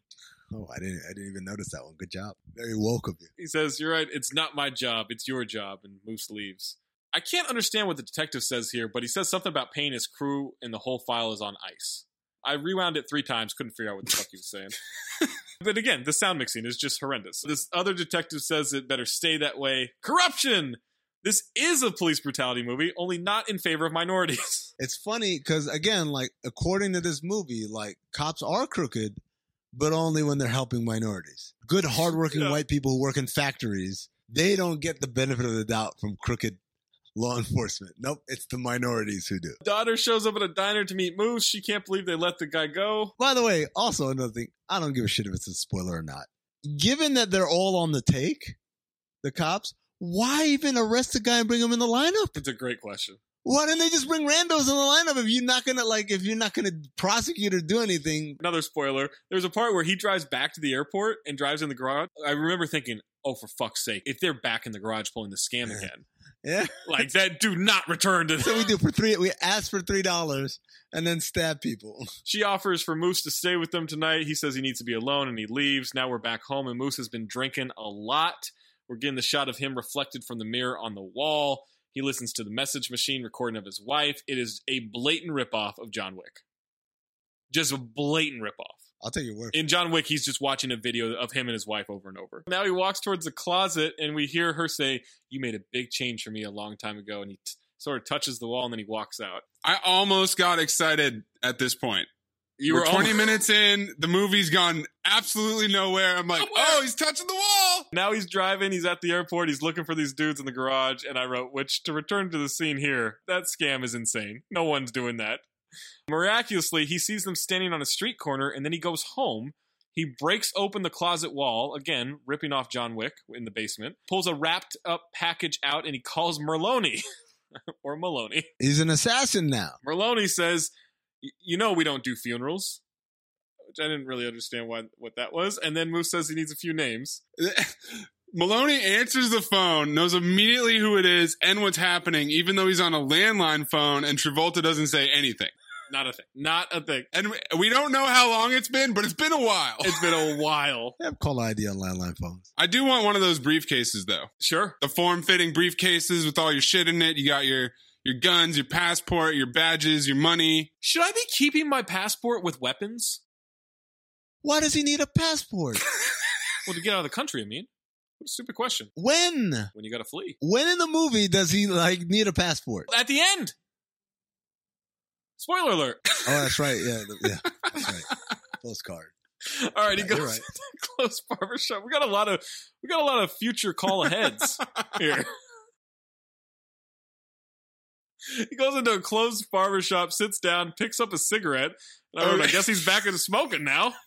Oh, I didn't I didn't even notice that one. Good job. Very woke of you. He says, "You're right. It's not my job. It's your job." And Moose leaves. I can't understand what the detective says here, but he says something about paying his crew, and the whole file is on ice. I rewound it three times, couldn't figure out what the fuck he was saying. but again, the sound mixing is just horrendous. This other detective says it better stay that way. Corruption. This is a police brutality movie, only not in favor of minorities. It's funny because again, like according to this movie, like cops are crooked, but only when they're helping minorities. Good, hardworking Yeah. white people who work in factories, they don't get the benefit of the doubt from crooked law enforcement. Nope, it's the minorities who do. Daughter shows up at a diner to meet Moose. She can't believe they let the guy go. By the way, also another thing, I don't give a shit if it's a spoiler or not. Given that they're all on the take, the cops, why even arrest the guy and bring him in the lineup? It's a great question. Why didn't they just bring randos in the lineup if you're not gonna like if you're not gonna prosecute or do anything? another spoiler. There's a part where he drives back to the airport and drives in the garage. I remember thinking, oh, for fuck's sake, if they're back in the garage pulling the scam again, Yeah. like that, do not return to. That's what we do for three. We ask for three dollars and then stab people. She offers for Moose to stay with them tonight. He says he needs to be alone and he leaves. Now we're back home and Moose has been drinking a lot. We're getting the shot of him reflected from the mirror on the wall. He listens to the message machine recording of his wife. It is a blatant ripoff of John Wick. Just a blatant ripoff. I'll tell you where. In John Wick, he's just watching a video of him and his wife over and over. Now he walks towards the closet, and we hear her say, "You made a big change for me a long time ago." And he t- sort of touches the wall, and then he walks out. I almost got excited at this point. You We're were 20 minutes in. The movie's gone absolutely nowhere. I'm like, oh, he's touching the wall. Now he's driving. He's at the airport. He's looking for these dudes in the garage. And I wrote, which to return to the scene here, that scam is insane. No one's doing that. Miraculously, he sees them standing on a street corner and then he goes home. He breaks open the closet wall, again, ripping off John Wick in the basement, pulls a wrapped up package out and he calls Merlone or Maloney. He's an assassin now. Merlone says, "Y- "You know we don't do funerals," which I didn't really understand why what that was. And then Moose says he needs a few names. Maloney answers the phone, knows immediately who it is and what's happening, even though he's on a landline phone and Travolta doesn't say anything. Not a thing. Not a thing. And we, we don't know how long it's been, but it's been a while. It's been a while. They have caller ID on landline phones. I do want one of those briefcases though. Sure. The form-fitting briefcases with all your shit in it. You got your your guns, your passport, your badges, your money. Should I be keeping my passport with weapons? Why does he need a passport? Well, to get out of the country, I mean. What a stupid question. when? When you got to flee. When in the movie does he like need a passport? At the end. Spoiler alert. Oh, that's right. Yeah, th- yeah, that's right. Postcard. All right, he Yeah, you're goes right. to the close barbershop. We got a lot of we got a lot of future call aheads here. He goes into a closed barbershop, sits down, picks up a cigarette, and I, wrote, I guess he's back into smoking now.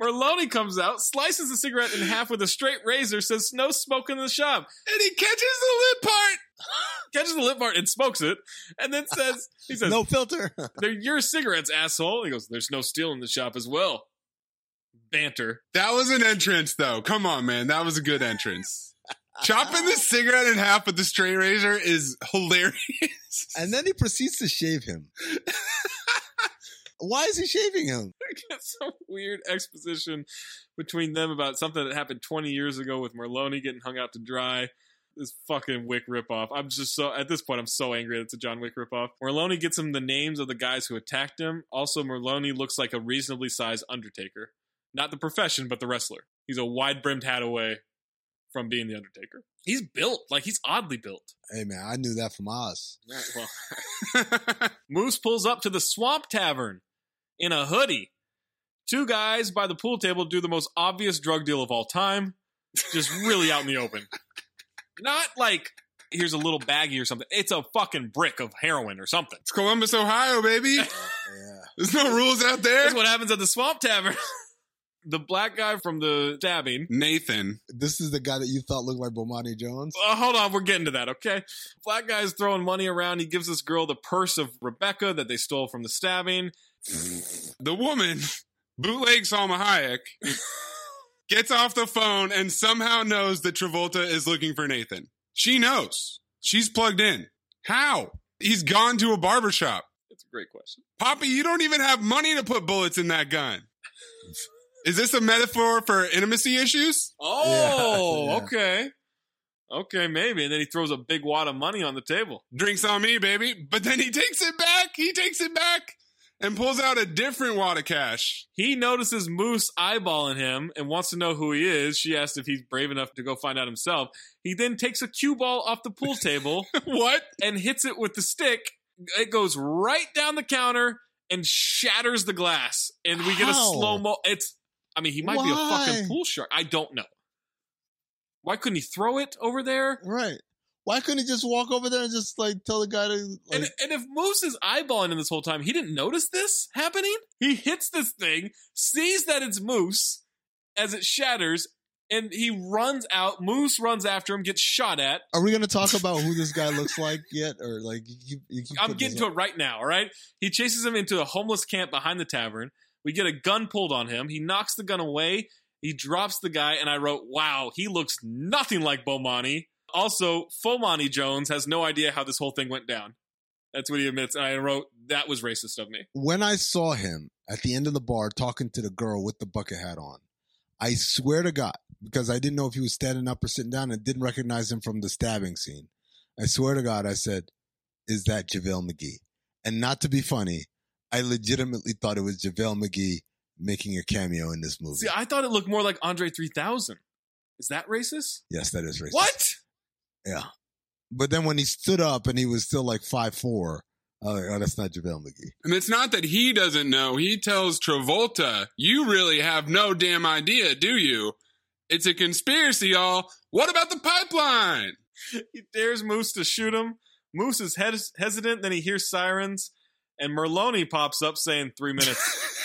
Merlone comes out, slices the cigarette in half with a straight razor, says no smoking in the shop, And he catches the lip part. catches the lip part and smokes it, and then says he says No filter. they're your cigarettes, asshole. He goes, There's no stealing in the shop as well. Banter. That was an entrance, though. Come on, man. That was a good entrance. Chopping the cigarette in half with the straight razor is hilarious. and then he proceeds to shave him. Why is he shaving him? It's some weird exposition between them about something that happened 20 years ago with Merlone getting hung out to dry. This fucking Wick ripoff. I'm just so at this point. I'm so angry that it's a John Wick ripoff. Merlone gets him the names of the guys who attacked him. Also, Merlone looks like a reasonably sized Undertaker, not the profession, but the wrestler. He's a wide brimmed hat away from being the Undertaker. He's built like he's oddly built. Hey man, I knew that from Oz. Right, well, Moose pulls up to the Swamp Tavern in a hoodie. Two guys by the pool table do the most obvious drug deal of all time, just really out in the open. Not like here's a little baggie or something. It's a fucking brick of heroin or something. It's Columbus, Ohio, baby. Yeah. There's no rules out there. That's what happens at the Swamp Tavern. the black guy from the stabbing. Nathan. This is the guy that you thought looked like Bomani Jones. Uh, hold on, we're getting to that, okay? Black guy's throwing money around. He gives this girl the purse of Rebecca that they stole from the stabbing. The woman, bootleg Salma Hayek, gets off the phone and somehow knows that Travolta is looking for Nathan. She knows. She's plugged in. How? He's gone to a barbershop. It's a great question. Poppy, you don't even have money to put bullets in that gun. Is this a metaphor for intimacy issues? Oh, Yeah, yeah. okay. Okay, maybe. And then he throws a big wad of money on the table. Drinks on me, baby. But then he takes it back. He takes it back and pulls out a different wad of cash. He notices Moose eyeballing him and wants to know who he is. She asks if he's brave enough to go find out himself. He then takes a cue ball off the pool table What? and hits it with the stick. It goes right down the counter and shatters the glass. And we get a How? slow mo. It's, I mean, he might be a Why? fucking pool shark. I don't know. Why couldn't he throw it over there? Right. Why couldn't he just walk over there and just like tell the guy to like and, and if Moose is eyeballing him this whole time, he didn't notice this happening. He hits this thing, sees that it's Moose as it shatters, and he runs out. Moose runs after him, gets shot at. Are we gonna talk about who this guy looks like yet? Or like you keep, you keep I'm putting getting this to up. it right now, all right? He chases him into a homeless camp behind the tavern. We get a gun pulled on him. He knocks the gun away. He drops the guy, and I wrote, wow, he looks nothing like Bomani. Also, Fomani Jones has no idea how this whole thing went down. That's what he admits. And I wrote, that was racist of me. when I saw him at the end of the bar talking to the girl with the bucket hat on, I swear to God, because I didn't know if he was standing up or sitting down and didn't recognize him from the stabbing scene. I swear to God, I said, Is that JaVale McGee? And not to be funny, I legitimately thought it was JaVale McGee making a cameo in this movie. See, I thought it looked more like Andre 3000. Is that racist? yes, that is racist. What? Yeah. But then when he stood up and he was still like five four, I'm like, oh, that's not JaVale McGee. And it's not that he doesn't know. He tells Travolta, "You really have no damn idea, do you? It's a conspiracy, y'all. What about the pipeline?" He dares Moose to shoot him. Moose is hes- hesitant, then he hears sirens, and Merloni pops up saying three minutes.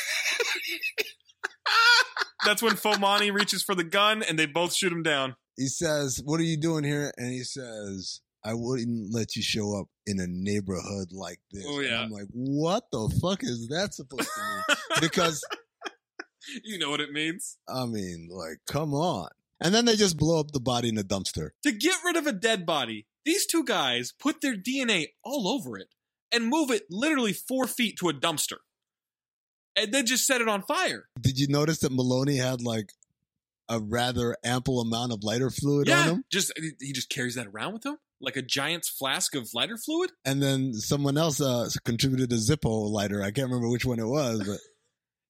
That's when Fomani reaches for the gun, and they both shoot him down. He says, "What are you doing here?" And he says, "I wouldn't let you show up in a neighborhood like this." Oh, And yeah. I'm like, "What the fuck is that supposed to mean?" because You know what it means. I mean, like, come on. And then they just blow up the body in a dumpster. To get rid of a dead body, these two guys put their DNA all over it and move it literally four feet to a dumpster. And then just set it on fire. Did you notice that Maloney had like a rather ample amount of lighter fluid on him? Just he just carries that around with him like a giant's flask of lighter fluid. And then someone else uh, contributed a Zippo lighter. I can't remember which one it was, but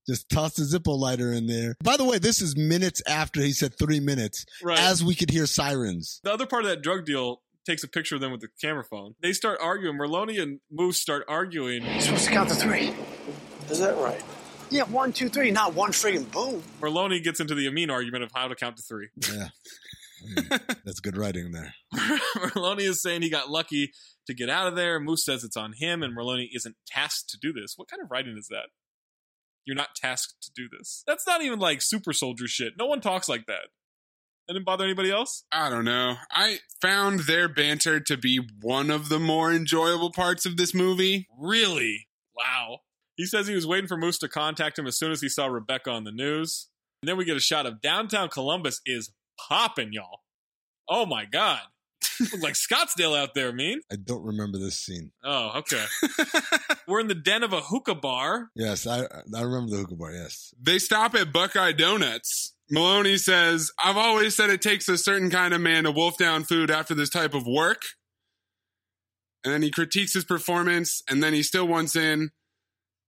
just tossed a Zippo lighter in there. By the way, this is minutes after he said three minutes, Right. as we could hear sirens. The other part of that drug deal takes a picture of them with the camera phone. They start arguing. Merloni and Moose start arguing. supposed to count to three. Is that right? Yeah, one, two, three, not one friggin' boom. Merloni gets into the Amin argument of how to count to three. Yeah. Mm, That's good writing there. Merloni is saying he got lucky to get out of there. Moose says it's on him, and Merloni isn't tasked to do this. What kind of writing is that? You're not tasked to do this. That's not even like super soldier shit. No one talks like that. That didn't bother anybody else? I don't know. I found their banter to be one of the more enjoyable parts of this movie. Really? Wow. He says he was waiting for Moose to contact him as soon as he saw Rebecca on the news. And then we get a shot of downtown Columbus is popping, y'all. Oh my God. Looks like Scottsdale out there, mean. I don't remember this scene. Oh, okay. We're in the den of a hookah bar. Yes, I I remember the hookah bar. Yes, They stop at Buckeye Donuts. Maloney says, I've always said it takes a certain kind of man to wolf down food after this type of work. And then he critiques his performance, and then he still wants in,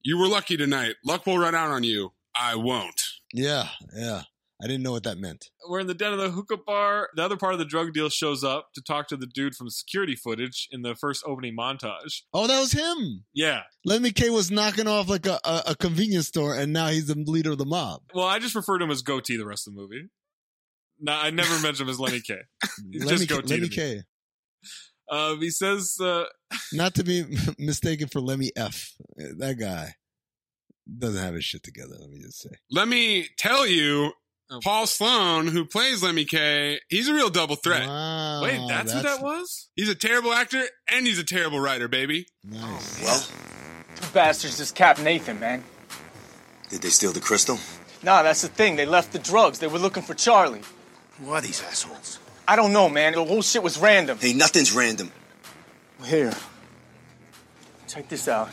You were lucky tonight. Luck will run out on you. I won't. yeah, yeah. I didn't know what that meant. We're in the den of the hookah bar. The other part of the drug deal shows up to talk to the dude from security footage in the first opening montage. Oh, that was him. Yeah. Lemmy K was knocking off like a, a, a convenience store, and now he's the leader of the mob. Well, I just refer to him as Goatee the rest of the movie. No, I never mentioned him as Lenny K. He's Lemmy, just K, Goatee. to Lemmy me. K, Um, he says, uh, not to be mistaken for Lemmy F. That guy doesn't have his shit together. Let me just say. Let me tell you, Paul Sloan, who plays Lemmy K, he's a real double threat. Wow, wait, that's, who that was? He's a terrible actor and he's a terrible writer, baby. Nice. Well, Bastards just capped Nathan, man. did they steal the crystal? Nah, that's the thing. They left the drugs. They were looking for Charlie. Who are these assholes? I don't know, man. The whole shit was random. Hey, nothing's random. Here. Check this out.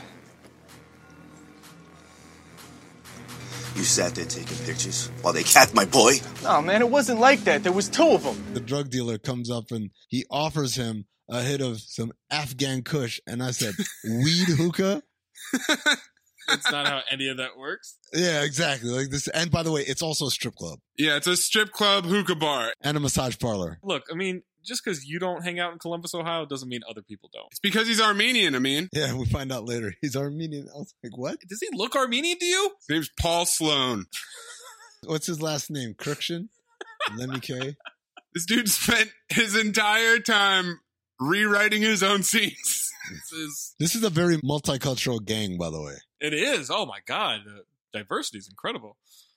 You sat there taking pictures while they capped my boy. Nah, man, it wasn't like that. There was two of them. The drug dealer comes up and he offers him a hit of some Afghan Kush, and I said, "Weed hookah." That's not how any of that works. Yeah, exactly. Like this. And by the way, it's also a strip club Yeah, it's a strip club hookah bar. and a massage parlor. Look, I mean, just because you don't hang out in Columbus, Ohio, doesn't mean other people don't. It's because he's Armenian, I mean. Yeah, we find out later he's Armenian. I was like, "What? Does he look Armenian to you? His name's Paul Sloan. What's his last name? Cruxian? Lemmy K." This dude spent his entire time rewriting his own scenes. This is, This is a very multicultural gang, by the way. it is. Oh my God. The diversity is incredible.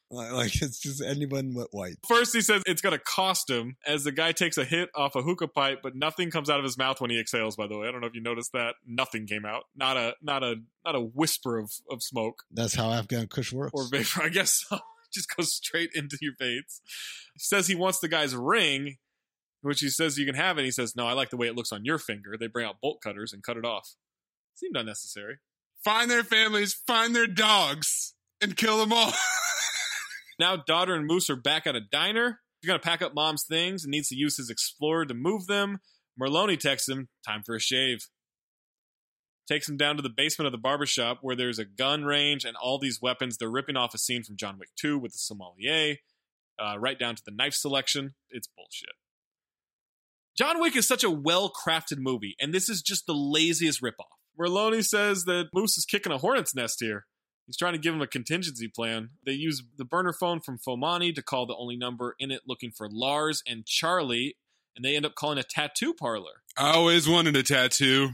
Like, like, it's just anyone but white. First, he says it's going to cost him as the guy takes a hit off a hookah pipe, but nothing comes out of his mouth when he exhales, by the way. I don't know if you noticed that. Nothing came out. Not a, not a, not a whisper of, of smoke. That's how Afghan Kush works. or vapor. I guess so. Just goes straight into your veins. He says he wants the guy's ring, which he says you can have it. He says, No, I like the way it looks on your finger. They bring out bolt cutters and cut it off. Seemed unnecessary. Find their families, find their dogs, and kill them all. Now, daughter and Moose are back at a diner. He's going to pack up mom's things and needs to use his explorer to move them. Merloni texts him, Time for a shave. Takes him down to the basement of the barbershop where there's a gun range and all these weapons. They're ripping off a scene from John Wick 2 with the sommelier, uh, right down to the knife selection. It's bullshit. John Wick is such a well crafted movie, and this is just the laziest ripoff. Merlone says that Moose is kicking a hornet's nest here. He's trying to give him a contingency plan. They use the burner phone from Fomani to call the only number in it looking for Lars and Charlie, and they end up calling a tattoo parlor. I always wanted a tattoo.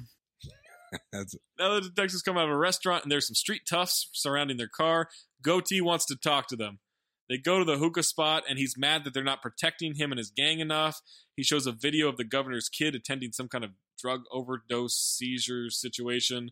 Now the detectives come out of a restaurant and there's some street toughs surrounding their car. Goatee wants to talk to them. They go to the hookah spot and he's mad that they're not protecting him and his gang enough. He shows a video of the governor's kid attending some kind of drug overdose seizure situation.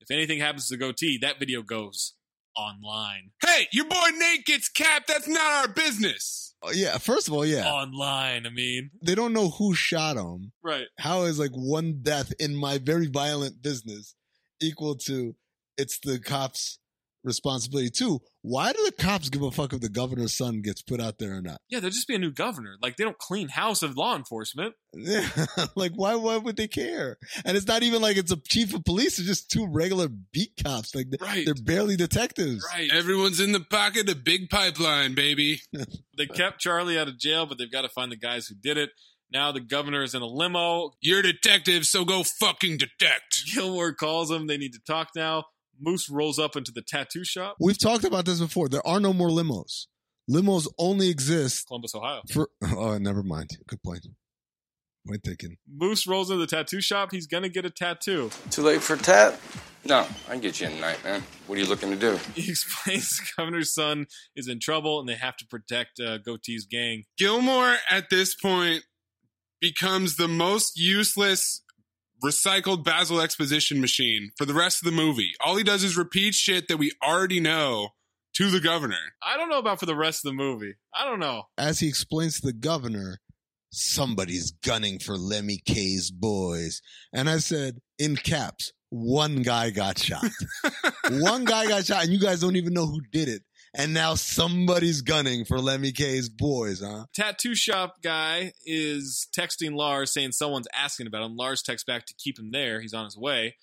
If anything happens to Goatee, that video goes online. Hey, your boy Nate gets capped. That's not our business. Oh, yeah, first of all, yeah. Online, I mean. They don't know who shot him. Right. How is like one death in my very violent business equal to it's the cops' responsibility too? Why do the cops give a fuck if the governor's son gets put out there or not? Yeah, there'll just be a new governor. Like, they don't clean house of law enforcement. like, why? Why would they care? And it's not even like it's a chief of police. It's just two regular beat cops. Like, they- Right. they're barely detectives. Right. Everyone's in the pocket of Big Pipeline, baby. They kept Charlie out of jail, but they've got to find the guys who did it. Now the governor is in a limo. You're a detective, so go fucking detect. Gilmore calls them. They need to talk now. Moose rolls up into the tattoo shop, We've talked about this before. There are no more limos. Limos only exist Columbus, Ohio. for. Oh, never mind. Good point. Point taken. Moose rolls into the tattoo shop. He's going to get a tattoo. Too late for a tat? No, I can get you in tonight, man. What are you looking to do? He explains the governor's son is in trouble and they have to protect uh, Goatee's gang. Gilmore at this point becomes the most useless recycled Basil exposition machine for the rest of the movie. All he does is repeat shit that we already know to the governor. I don't know about for the rest of the movie. I don't know. As he explains to the governor, somebody's gunning for Lemmy K's boys. And I said, in caps, one guy got shot. one guy got shot, and you guys don't even know who did it. And now somebody's gunning for Lemmy K's boys, huh? Tattoo shop guy is texting Lars saying someone's asking about him. Lars texts back to keep him there. He's on his way.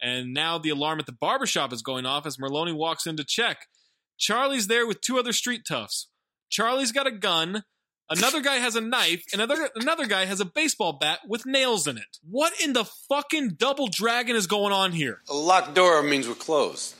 And now the alarm at the barbershop is going off as Merlone walks in to check. Charlie's there with two other street toughs. Charlie's got a gun. Another guy has a knife. and Another another guy has a baseball bat with nails in it. What in the fucking double dragon is going on here? A locked door means we're closed.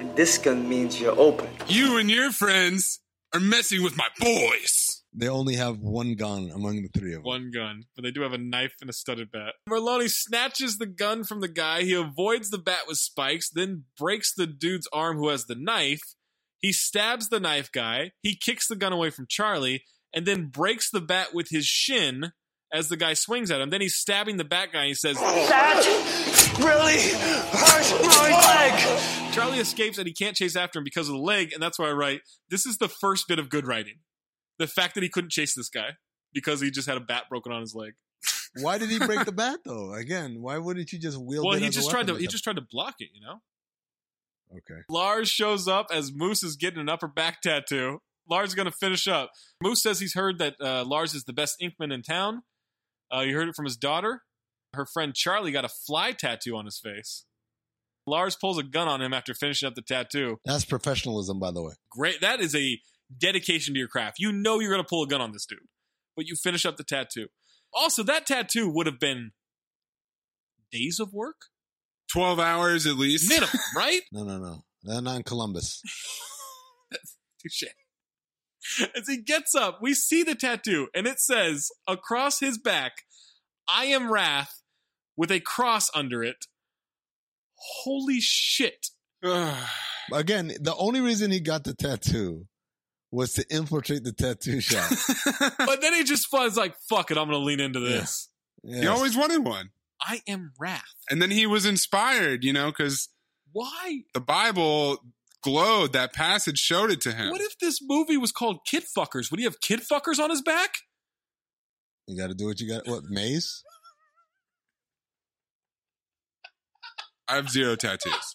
And this gun means you're open. You and your friends are messing with my boys. They only have one gun among the three of them. One gun, but they do have a knife and a studded bat. Merlone snatches the gun from the guy. He avoids the bat with spikes, then breaks the dude's arm who has the knife. He stabs the knife guy. He kicks the gun away from Charlie, and then breaks the bat with his shin as the guy swings at him. Then he's stabbing the bat guy. And he says, really hurt my leg. Charlie escapes and he can't chase after him because of the leg, and that's why I write this is the first bit of good writing. The fact that he couldn't chase this guy because he just had a bat broken on his leg. Why did he break the bat though? Again, why wouldn't you just wield Well, it he as a just tried to weapon or he just tried to block it, you know? something? Okay. Lars shows up as Moose is getting an upper back tattoo. Lars is going to finish up. Moose says he's heard that uh, Lars is the best inkman in town. Uh, you heard it from his daughter. Her friend Charlie got a fly tattoo on his face. Lars pulls a gun on him after finishing up the tattoo. That's professionalism, by the way. Great. That is a dedication to your craft. You know you're going to pull a gun on this dude, but you finish up the tattoo. Also, that tattoo would have been days of work? 12 hours at least. Minimum, right? No, no, no. They're not in Columbus. Touche. As he gets up, we see the tattoo, and it says across his back, I am Wrath, with a cross under it. Holy shit. Again, the only reason he got the tattoo was to infiltrate the tattoo shop. but then he just finds like, fuck it, I'm going to lean into this. He always wanted one. I am Wrath. And then he was inspired, you know, because Why? the Bible glowed. That passage showed it to him. What if this movie was called Kid Fuckers? Would he have kid fuckers on his back? You got to do what you got. What maze? I have zero tattoos.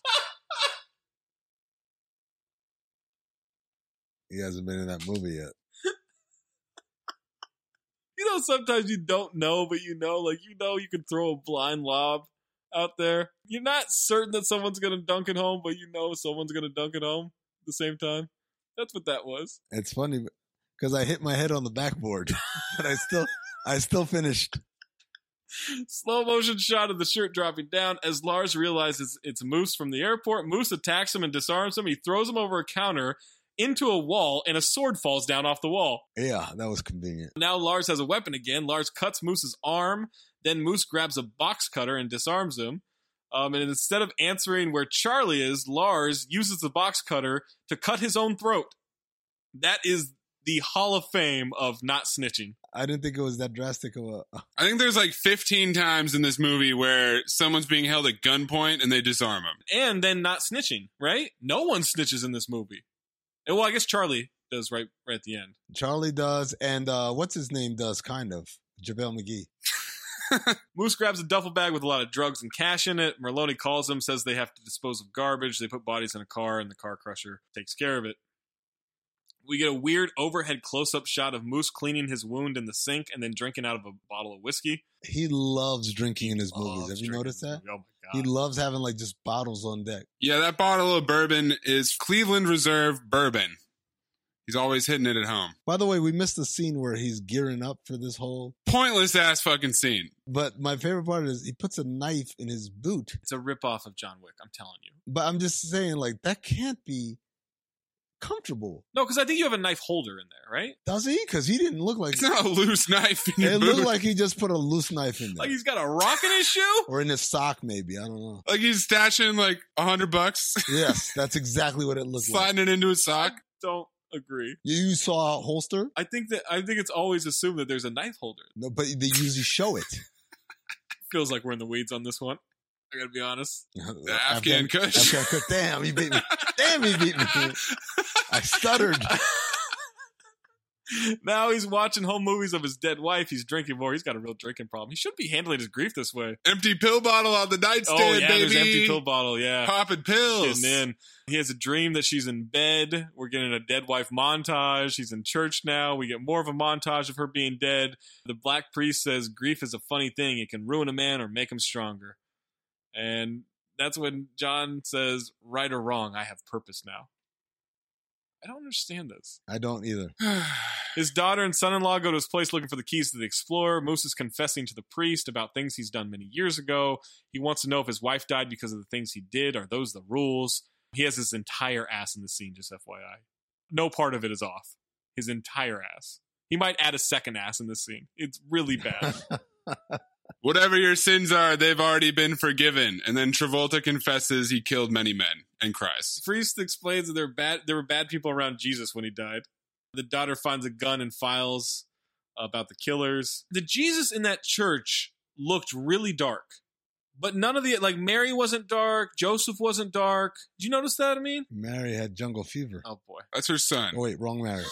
He hasn't been in that movie yet. You know, sometimes you don't know, but you know, like, you know, you can throw a blind lob out there. You're not certain that someone's going to dunk it home, but you know someone's going to dunk it home at the same time. That's what that was. It's funny because I hit my head on the backboard, but I still, I still finished. Slow motion shot of the shirt dropping down as Lars realizes it's Moose from the airport. Moose attacks him and disarms him. He throws him over a counter into a wall, and a sword falls down off the wall. Yeah, that was convenient. Now Lars has a weapon again. Lars cuts Moose's arm. Then Moose grabs a box cutter and disarms him. Um, and instead of answering where Charlie is, Lars uses the box cutter to cut his own throat. That is the Hall of Fame of not snitching. I didn't think it was that drastic of a. uh, I think there's like 15 times in this movie where someone's being held at gunpoint and they disarm him. And then not snitching, right? No one snitches in this movie. And, well, I guess Charlie does right, right at the end. Charlie does, and uh, what's his name does, kind of. JaVale McGee. Moose grabs a duffel bag with a lot of drugs and cash in it. Merlone calls them, says they have to dispose of garbage. They put bodies in a car, and the car crusher takes care of it. We get a weird overhead close up shot of Moose cleaning his wound in the sink and then drinking out of a bottle of whiskey. He loves drinking in his movies. loves Have you drinking noticed that? Oh my God. He loves having like just bottles on deck. Yeah, that bottle of bourbon is Cleveland Reserve bourbon. He's always hitting it at home. By the way, we missed the scene where he's gearing up for this whole. Pointless ass fucking scene. But my favorite part is he puts a knife in his boot. It's a ripoff of John Wick, I'm telling you. But I'm just saying, like that can't be comfortable, No, because I think you have a knife holder in there, right? does he? Because he didn't look like It's not a loose knife in your It looked boot. like he just put a loose knife in there, Like he's got a rock in his shoe? or in his sock, maybe. I don't know. Like he's stashing like a hundred bucks, Yes, that's exactly what it looked like. sliding it into his sock. Don't agree. You, you saw a holster, I think that I think it's always assumed that there's a knife holder. no, but they usually show it. Feels like we're in the weeds on this one. I gotta be honest. The Afghan Kush. Afghan Kush. Damn, he beat me. Damn, he beat me. I stuttered. Now he's watching home movies of his dead wife. He's drinking more. He's got a real drinking problem. He shouldn't be handling his grief this way. Empty pill bottle on the nightstand, oh yeah, baby. there's empty pill bottle. Yeah, Popping pills. getting in. He has a dream that she's in bed. We're getting a dead wife montage. He's in church now. We get more of a montage of her being dead. The black priest says grief is a funny thing. It can ruin a man or make him stronger. And that's when John says, "Right or wrong, I have purpose now." I don't understand this. I don't either. His daughter and son in law go to his place looking for the keys to the explorer. Moose is confessing to the priest about things he's done many years ago. He wants to know if his wife died because of the things he did. Are those the rules? He has his entire ass in the scene, just FYI. No part of it is off. His entire ass. He might add a second ass in this scene. It's really bad. Whatever your sins are, they've already been forgiven. And then Travolta confesses he killed many men and cries. priest explains that there were bad there were bad people around Jesus when he died. The daughter finds a gun and files about the killers. The Jesus in that church looked really dark. But none of the like Mary wasn't dark, Joseph wasn't dark. Did you notice that I mean? Mary had jungle fever. Oh boy. That's her son. Oh, wait, wrong Mary.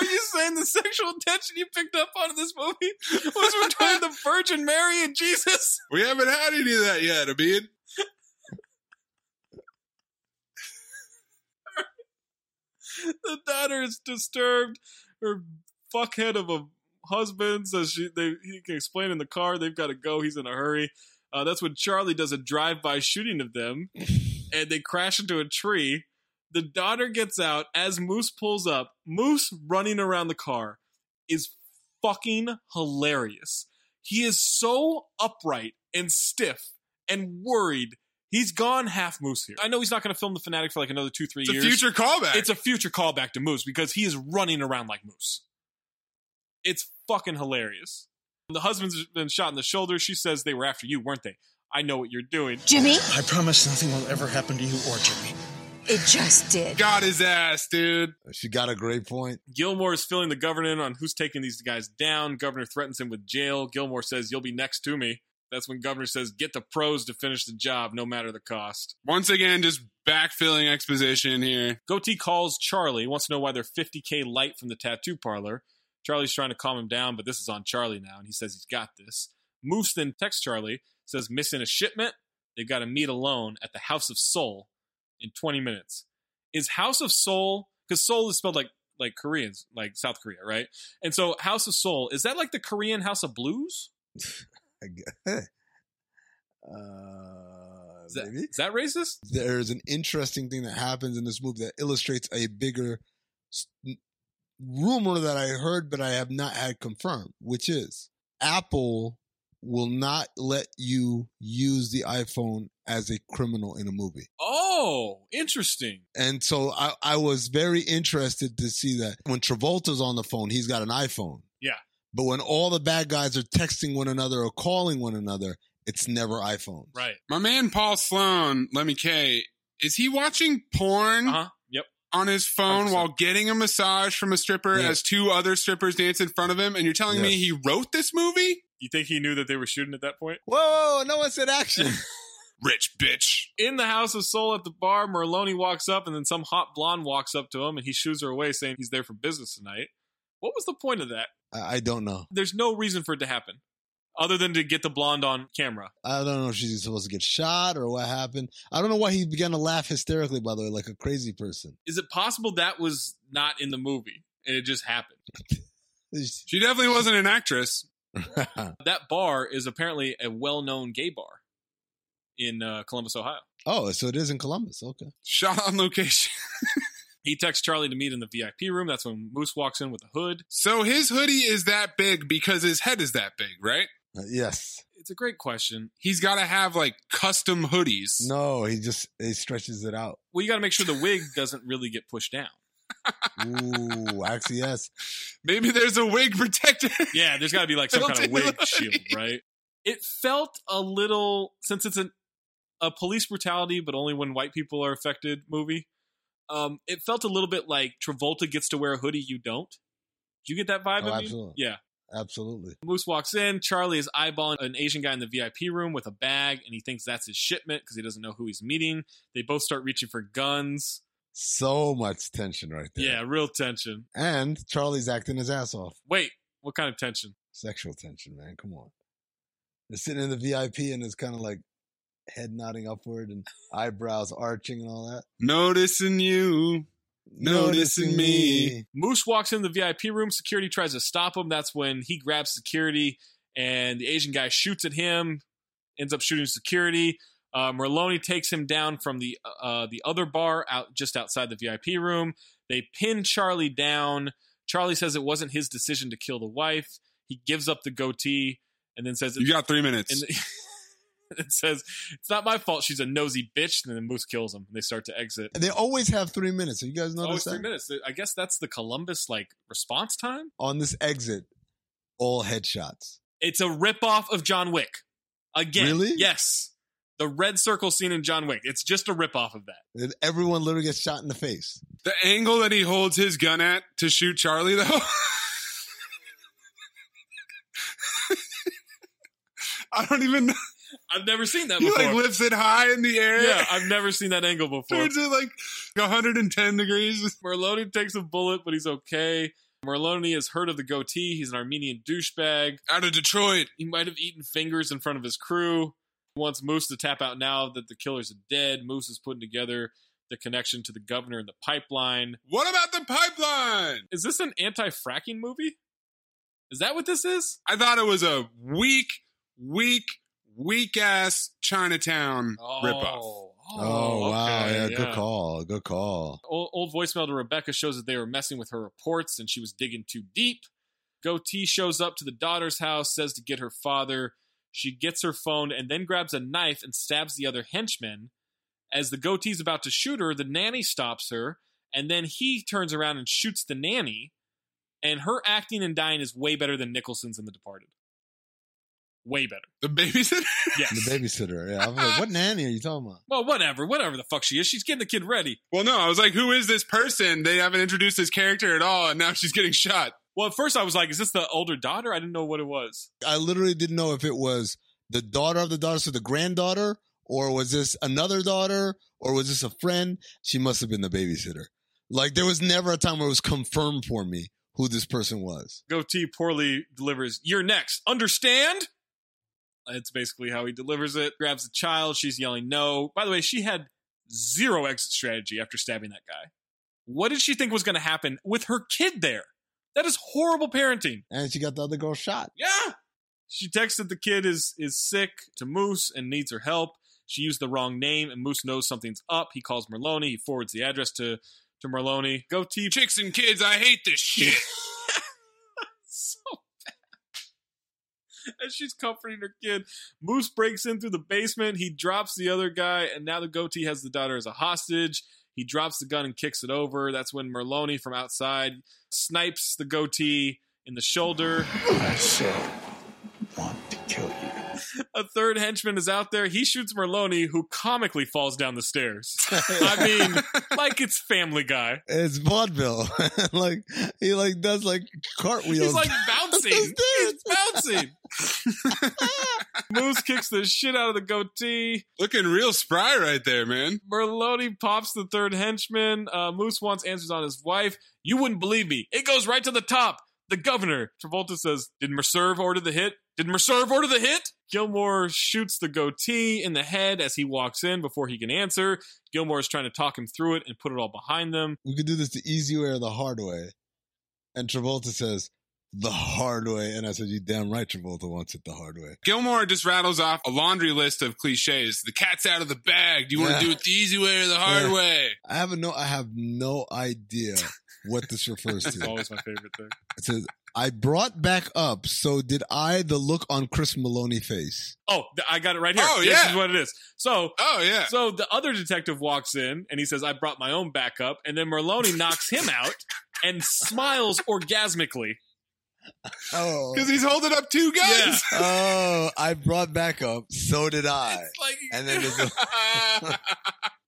Are you saying the sexual tension you picked up on in this movie was between the Virgin Mary and Jesus? We haven't had any of that yet, Abid. the daughter is disturbed. Her fuckhead of a husband says she they he can explain in the car. They've got to go. He's in a hurry. Uh, that's when Charlie does a drive-by shooting of them, and they crash into a tree. The daughter gets out as Moose pulls up. Moose running around the car is fucking hilarious. He is so upright and stiff and worried. He's gone half moose here. I know he's not going to film the fanatic for like another two, three It's a years. future callback. It's a future callback to Moose because he is running around like Moose. It's fucking hilarious. The husband's been shot in the shoulder. She says they were after you, weren't they? I know what you're doing. Jimmy, I promise nothing will ever happen to you or Jimmy. it just did. Got his ass, dude. She got a great point. Gilmore is filling the governor in on who's taking these guys down. Governor threatens him with jail. Gilmore says, You'll be next to me. That's when Governor says, Get the pros to finish the job, no matter the cost. Once again, just backfilling exposition here. Goatee calls Charlie, wants to know why they're 50K light from the tattoo parlor. Charlie's trying to calm him down, but this is on Charlie now, and he says he's got this. Moose then texts Charlie, says missing a shipment. They've got to meet alone at the House of Soul in 20 minutes. Is House of Soul, because Soul is spelled like like Koreans, like South Korea, right? And so House of Soul, is that like the Korean House of Blues? I gu- uh, Is that, maybe? is that racist? There's an interesting thing that happens in this movie that illustrates a bigger s- rumor that I heard, but I have not had confirmed, which is Apple will not let you use the iPhone as a criminal in a movie. Oh, interesting. And so I, I was very interested to see that when Travolta's on the phone, he's got an iPhone. Yeah. But when all the bad guys are texting one another or calling one another, it's never iPhone. Right. My man Paul Sloan, Lemmy K, is he watching porn? Uh-huh. Yep. On his phone while getting a massage from a stripper Yeah. as two other strippers dance in front of him, and you're telling me Yes. he wrote this movie? You think he knew that they were shooting at that point? Whoa, no one said action. Rich bitch. In the House of Soul at the bar, Merloni walks up, and then some hot blonde walks up to him, and he shoos her away, saying he's there for business tonight. What was the point of that? I, I don't know. There's no reason for it to happen, other than to get the blonde on camera. I don't know if she's supposed to get shot or what happened. I don't know why he began to laugh hysterically, by the way, like a crazy person. Is it possible that was not in the movie and it just happened? She definitely wasn't an actress. That bar is apparently a well-known gay bar in uh, Columbus, Ohio. oh, so it is in Columbus. Okay. Shot on location. He texts Charlie to meet in the VIP room. That's when Moose walks in with a hood. So his hoodie is that big because his head is that big, right? Uh, yes. It's a great question. He's got to have like custom hoodies. No, he just he stretches it out. Well, you got to make sure the wig doesn't really get pushed down. Ooh, actually, yes. Maybe there's a wig protector. Yeah, there's got to be like some kind of wig shield, right? It felt a little since it's an, a police brutality, but only when white people are affected movie. Um, it felt a little bit like Travolta gets to wear a hoodie, you don't. Did you get that vibe? Oh, of me? absolutely. Yeah. Absolutely. Moose walks in. Charlie is eyeballing an Asian guy in the VIP room with a bag, and he thinks that's his shipment because he doesn't know who he's meeting. They both start reaching for guns. So much tension right there. Yeah, real tension. And Charlie's acting his ass off. Wait, what kind of tension? Sexual tension, man. Come on. They're sitting in the VIP and it's kind of like head nodding upward and eyebrows arching and all that. Noticing you. Noticing me. Moose walks in the VIP room. Security tries to stop him. That's when he grabs security, and the Asian guy shoots at him. Ends up shooting security. Uh, Merlone takes him down from the uh, the other bar out just outside the VIP room. They pin Charlie down. Charlie says it wasn't his decision to kill the wife. He gives up the goatee and then says, You got three and minutes. it says it's not my fault. She's a nosy bitch. And then Moose kills him. And they start to exit. And they always have three minutes. Have you guys Oh, it's noticed three that? minutes. I guess that's the Columbus like response time. On this exit, all headshots. It's a ripoff of John Wick. Again. Really? Yes. The red circle scene in John Wick. It's just a ripoff of that. And Everyone literally gets shot in the face. the angle that he holds his gun at to shoot Charlie, though. I don't even know. I've never seen that He before. like lifts it high in the air. yeah, I've never seen that angle before. Turns it like 110 degrees. Merloni takes a bullet, but he's okay. Merloni is hurt of the goatee. He's an Armenian douchebag. Out of Detroit. He might have eaten fingers in front of his crew. He wants Moose to tap out now that the killers are dead. Moose is putting together the connection to the governor and the pipeline. What about the pipeline? Is this an anti-fracking movie? Is that what this is? I thought it was a weak, weak, weak ass Chinatown ripoff. Oh, wow. okay, Yeah, good call. Good call. Old, old voicemail to Rebecca shows that they were messing with her reports and she was digging too deep. Goatee shows up to the daughter's house, says to get her father. She gets her phone and then grabs a knife and stabs the other henchman. As the goatee's about to shoot her, the nanny stops her, and then he turns around and shoots the nanny. And her acting and dying is way better than Nicholson's in The Departed. Way better. The babysitter? Yes. The babysitter. Yeah. I was like, what nanny are you talking about? Well, whatever, whatever the fuck she is, she's getting the kid ready. Well, no, I was like, who is this person? They haven't introduced his character at all, and now she's getting shot. Well, at first I was like, is this the older daughter? I didn't know what it was. I literally didn't know if it was the daughter of the daughter, so the granddaughter, or was this another daughter, or was this a friend? She must have been the babysitter. Like there was never a time where it was confirmed for me who this person was. Goatee poorly delivers, you're next, understand? That's basically how he delivers it. Grabs the child, she's yelling no. By the way, she had zero exit strategy after stabbing that guy. What did she think was going to happen with her kid there? That is horrible parenting. And she got the other girl shot. Yeah. She texts that the kid is is sick to Moose and needs her help. She used the wrong name, and Moose knows something's up. He calls Merlone. He forwards the address to to Merlone. Go T. Chicks and kids, I hate this shit. so bad. As she's comforting her kid, Moose breaks in through the basement. He drops the other guy, and now the goatee has the daughter as a hostage. He drops the gun and kicks it over. That's when Merlone from outside snipes the goatee in the shoulder. I said, want to kill you. A third henchman is out there. He shoots Merlone, who comically falls down the stairs. I mean, like it's Family Guy. It's vaudeville. like he like does like cartwheels. He's like bouncing. He's bouncing. Moose kicks the shit out of the goatee. Looking real spry right there, man. Merlone pops the third henchman. Uh, Moose wants answers on his wife. You wouldn't believe me. It goes right to the top. The governor. Travolta says, Did Merserve order the hit? Did Merserve order the hit? Gilmore shoots the goatee in the head as he walks in before he can answer. Gilmore is trying to talk him through it and put it all behind them. We could do this the easy way or the hard way. And Travolta says, the hard way. And I said, you damn right Travolta wants it the hard way. Gilmore just rattles off a laundry list of cliches. The cat's out of the bag. Do you want Yeah. to do it the easy way or the hard Yeah. way? I have no I have no idea what this refers It's to. always my favorite thing. It says, I brought back up, so did I the look on Chris Maloney face. Oh, th- I got it right here. Oh, this yeah. is what it is. So, Oh yeah. so the other detective walks in and he says, "I brought my own backup," and then Merlone knocks him out and smiles orgasmically. Oh. Because he's holding up two guns. oh, I brought back up, so did I. Like And then there's a,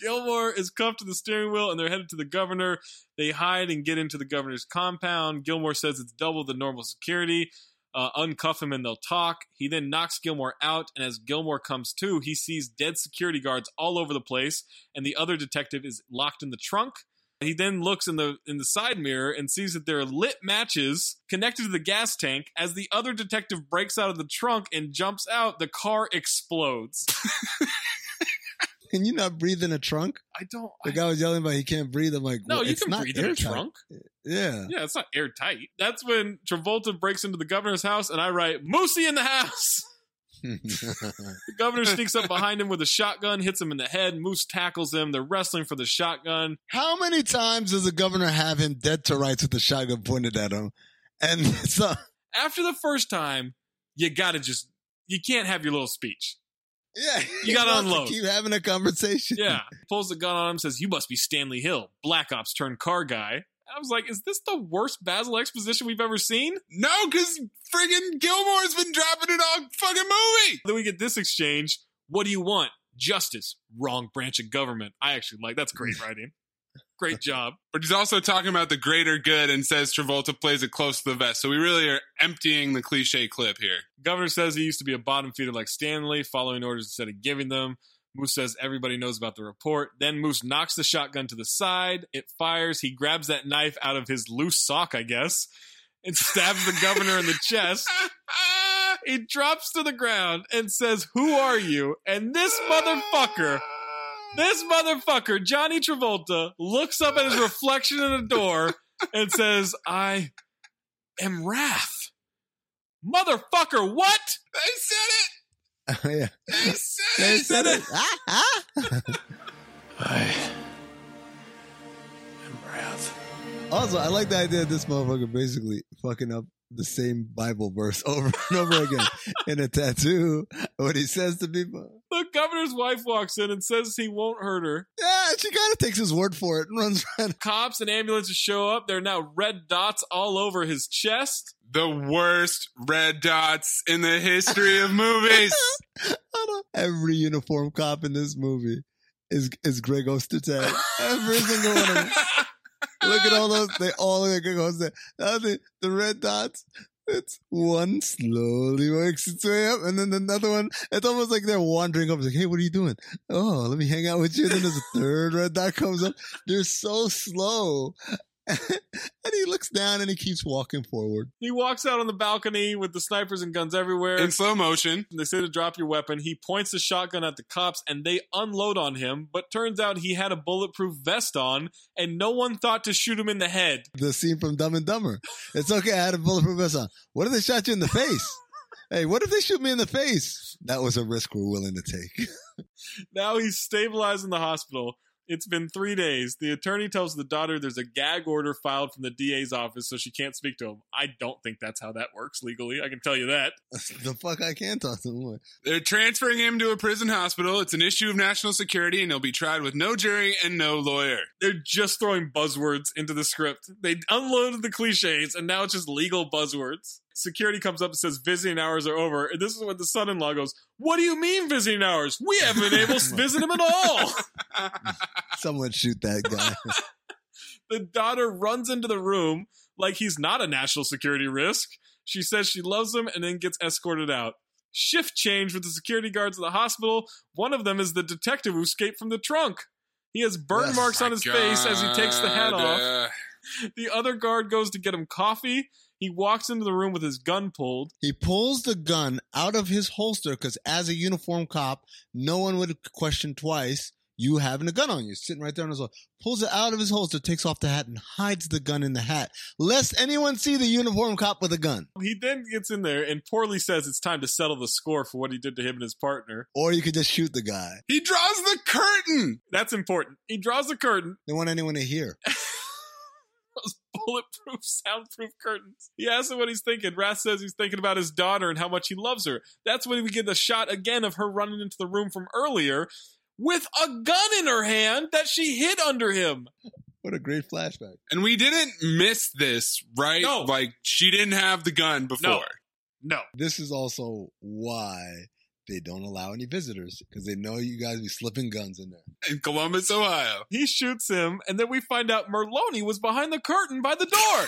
Gilmore is cuffed to the steering wheel and they're headed to the governor. They hide and get into the governor's compound. Gilmore says it's double the normal security. Uh, uncuff him and they'll talk. He then knocks Gilmore out, and as Gilmore comes to, he sees dead security guards all over the place, and the other detective is locked in the trunk. He then looks in the in the side mirror and sees that there are lit matches connected to the gas tank. As the other detective breaks out of the trunk and jumps out, the car explodes. can you not breathe in a trunk? I don't. The guy was yelling about he can't breathe. I'm like, No, well, you it's can not breathe in a airtight. trunk. Yeah. Yeah, it's not airtight. That's when Travolta breaks into the governor's house, and I write Moosey in the house. The governor sneaks up behind him with a shotgun, hits him in the head. Moose tackles him. They're wrestling for the shotgun. How many times does the governor have him dead to rights with the shotgun pointed at him? And so After the first time, you gotta just you can't have your little speech. yeah, You gotta he wants unload. Keep having a conversation. Yeah, pulls the gun on him, says, "You must be Stanley Hill, Black Ops turned car guy." I was like, "Is this the worst Basil exposition we've ever seen?" No, because friggin' Gilmore's been dropping it all fucking movie. Then we get this exchange. What do you want? Justice. Wrong branch of government. I actually like that's great writing. Great job. But he's also talking about the greater good and says Travolta plays it close to the vest. So we really are emptying the cliche clip here. Governor says he used to be a bottom feeder like Stanley, following orders instead of giving them. Moose says everybody knows about the report. Then Moose knocks the shotgun to the side. It fires. He grabs that knife out of his loose sock, I guess, and stabs the governor in the chest. He drops to the ground and says, Who are you? And this motherfucker, this motherfucker, Johnny Travolta, looks up at his reflection in the door and says, I am Wrath. Motherfucker, what? They said yeah. it. They said They it. said it. Ah, ah. I am wrath. Also, I like the idea of this motherfucker basically fucking up the same Bible verse over and over again in a tattoo. What he says to people. The governor's wife walks in and says he won't hurt her. Yeah, she kind of takes his word for it and runs around. Cops and ambulances show up. There are now red dots all over his chest. The worst red dots in the history of movies. Every uniform cop in this movie is is Greg Ostertag. Every single one of them. Look at all those. They all look like Greg Ostertag. Now The, the red dots. It's one slowly works its way up, and then another one. It's almost like they're wandering over. Like, hey, what are you doing? Oh, let me hang out with you. And then there's a third red dot comes up. They're so slow. and he looks down and he keeps walking forward. He walks out on the balcony with the snipers and guns everywhere. In slow motion. they say to drop your weapon. He points the shotgun at the cops and they unload on him, but turns out he had a bulletproof vest on and no one thought to shoot him in the head. the scene from Dumb and Dumber. It's okay, I had a bulletproof vest on. What if they shot you in the face? hey, what if they shoot me in the face? That was a risk we're willing to take. Now he's stabilized in the hospital. It's been three days. The attorney tells the daughter there's a gag order filed from the DA's office, so she can't speak to him. I don't think that's how that works legally. I can tell you that. the fuck I can talk to him. They're transferring him to a prison hospital. It's an issue of national security, and he'll be tried with no jury and no lawyer. They're just throwing buzzwords into the script. They unloaded the cliches, and now it's just legal buzzwords. Security comes up and says visiting hours are over. And this is when the son in law goes, What do you mean visiting hours? We haven't been able to visit him at all. Someone shoot that guy. the daughter runs into the room like he's not a national security risk. She says she loves him and then gets escorted out. Shift change with the security guards at the hospital. One of them is the detective who escaped from the trunk. He has burn Yes. marks on Oh My his face as he takes the hat God, off. uh, The other guard goes to get him coffee. He walks into the room with his gun pulled. He pulls the gun out of his holster because, as a uniformed cop, no one would question twice you having a gun on you, sitting right there on his holster. Pulls it out of his holster, takes off the hat, and hides the gun in the hat, lest anyone see the uniformed cop with a gun. He then gets in there and poorly says it's time to settle the score for what he did to him and his partner. Or you could just shoot the guy. He draws the curtain. That's important. He draws the curtain, They want anyone to hear. bulletproof, soundproof curtains. He asks him what he's thinking. Rath says he's thinking about his daughter and how much he loves her. That's when we get the shot again of her running into the room from earlier with a gun in her hand that she hid under him. What a great flashback. And we didn't miss this, right? No. Like she didn't have the gun before. No. This is also why they don't allow any visitors because they know you guys be slipping guns in there. In Columbus, Ohio. He shoots him, and then we find out Merloni was behind the curtain by the door,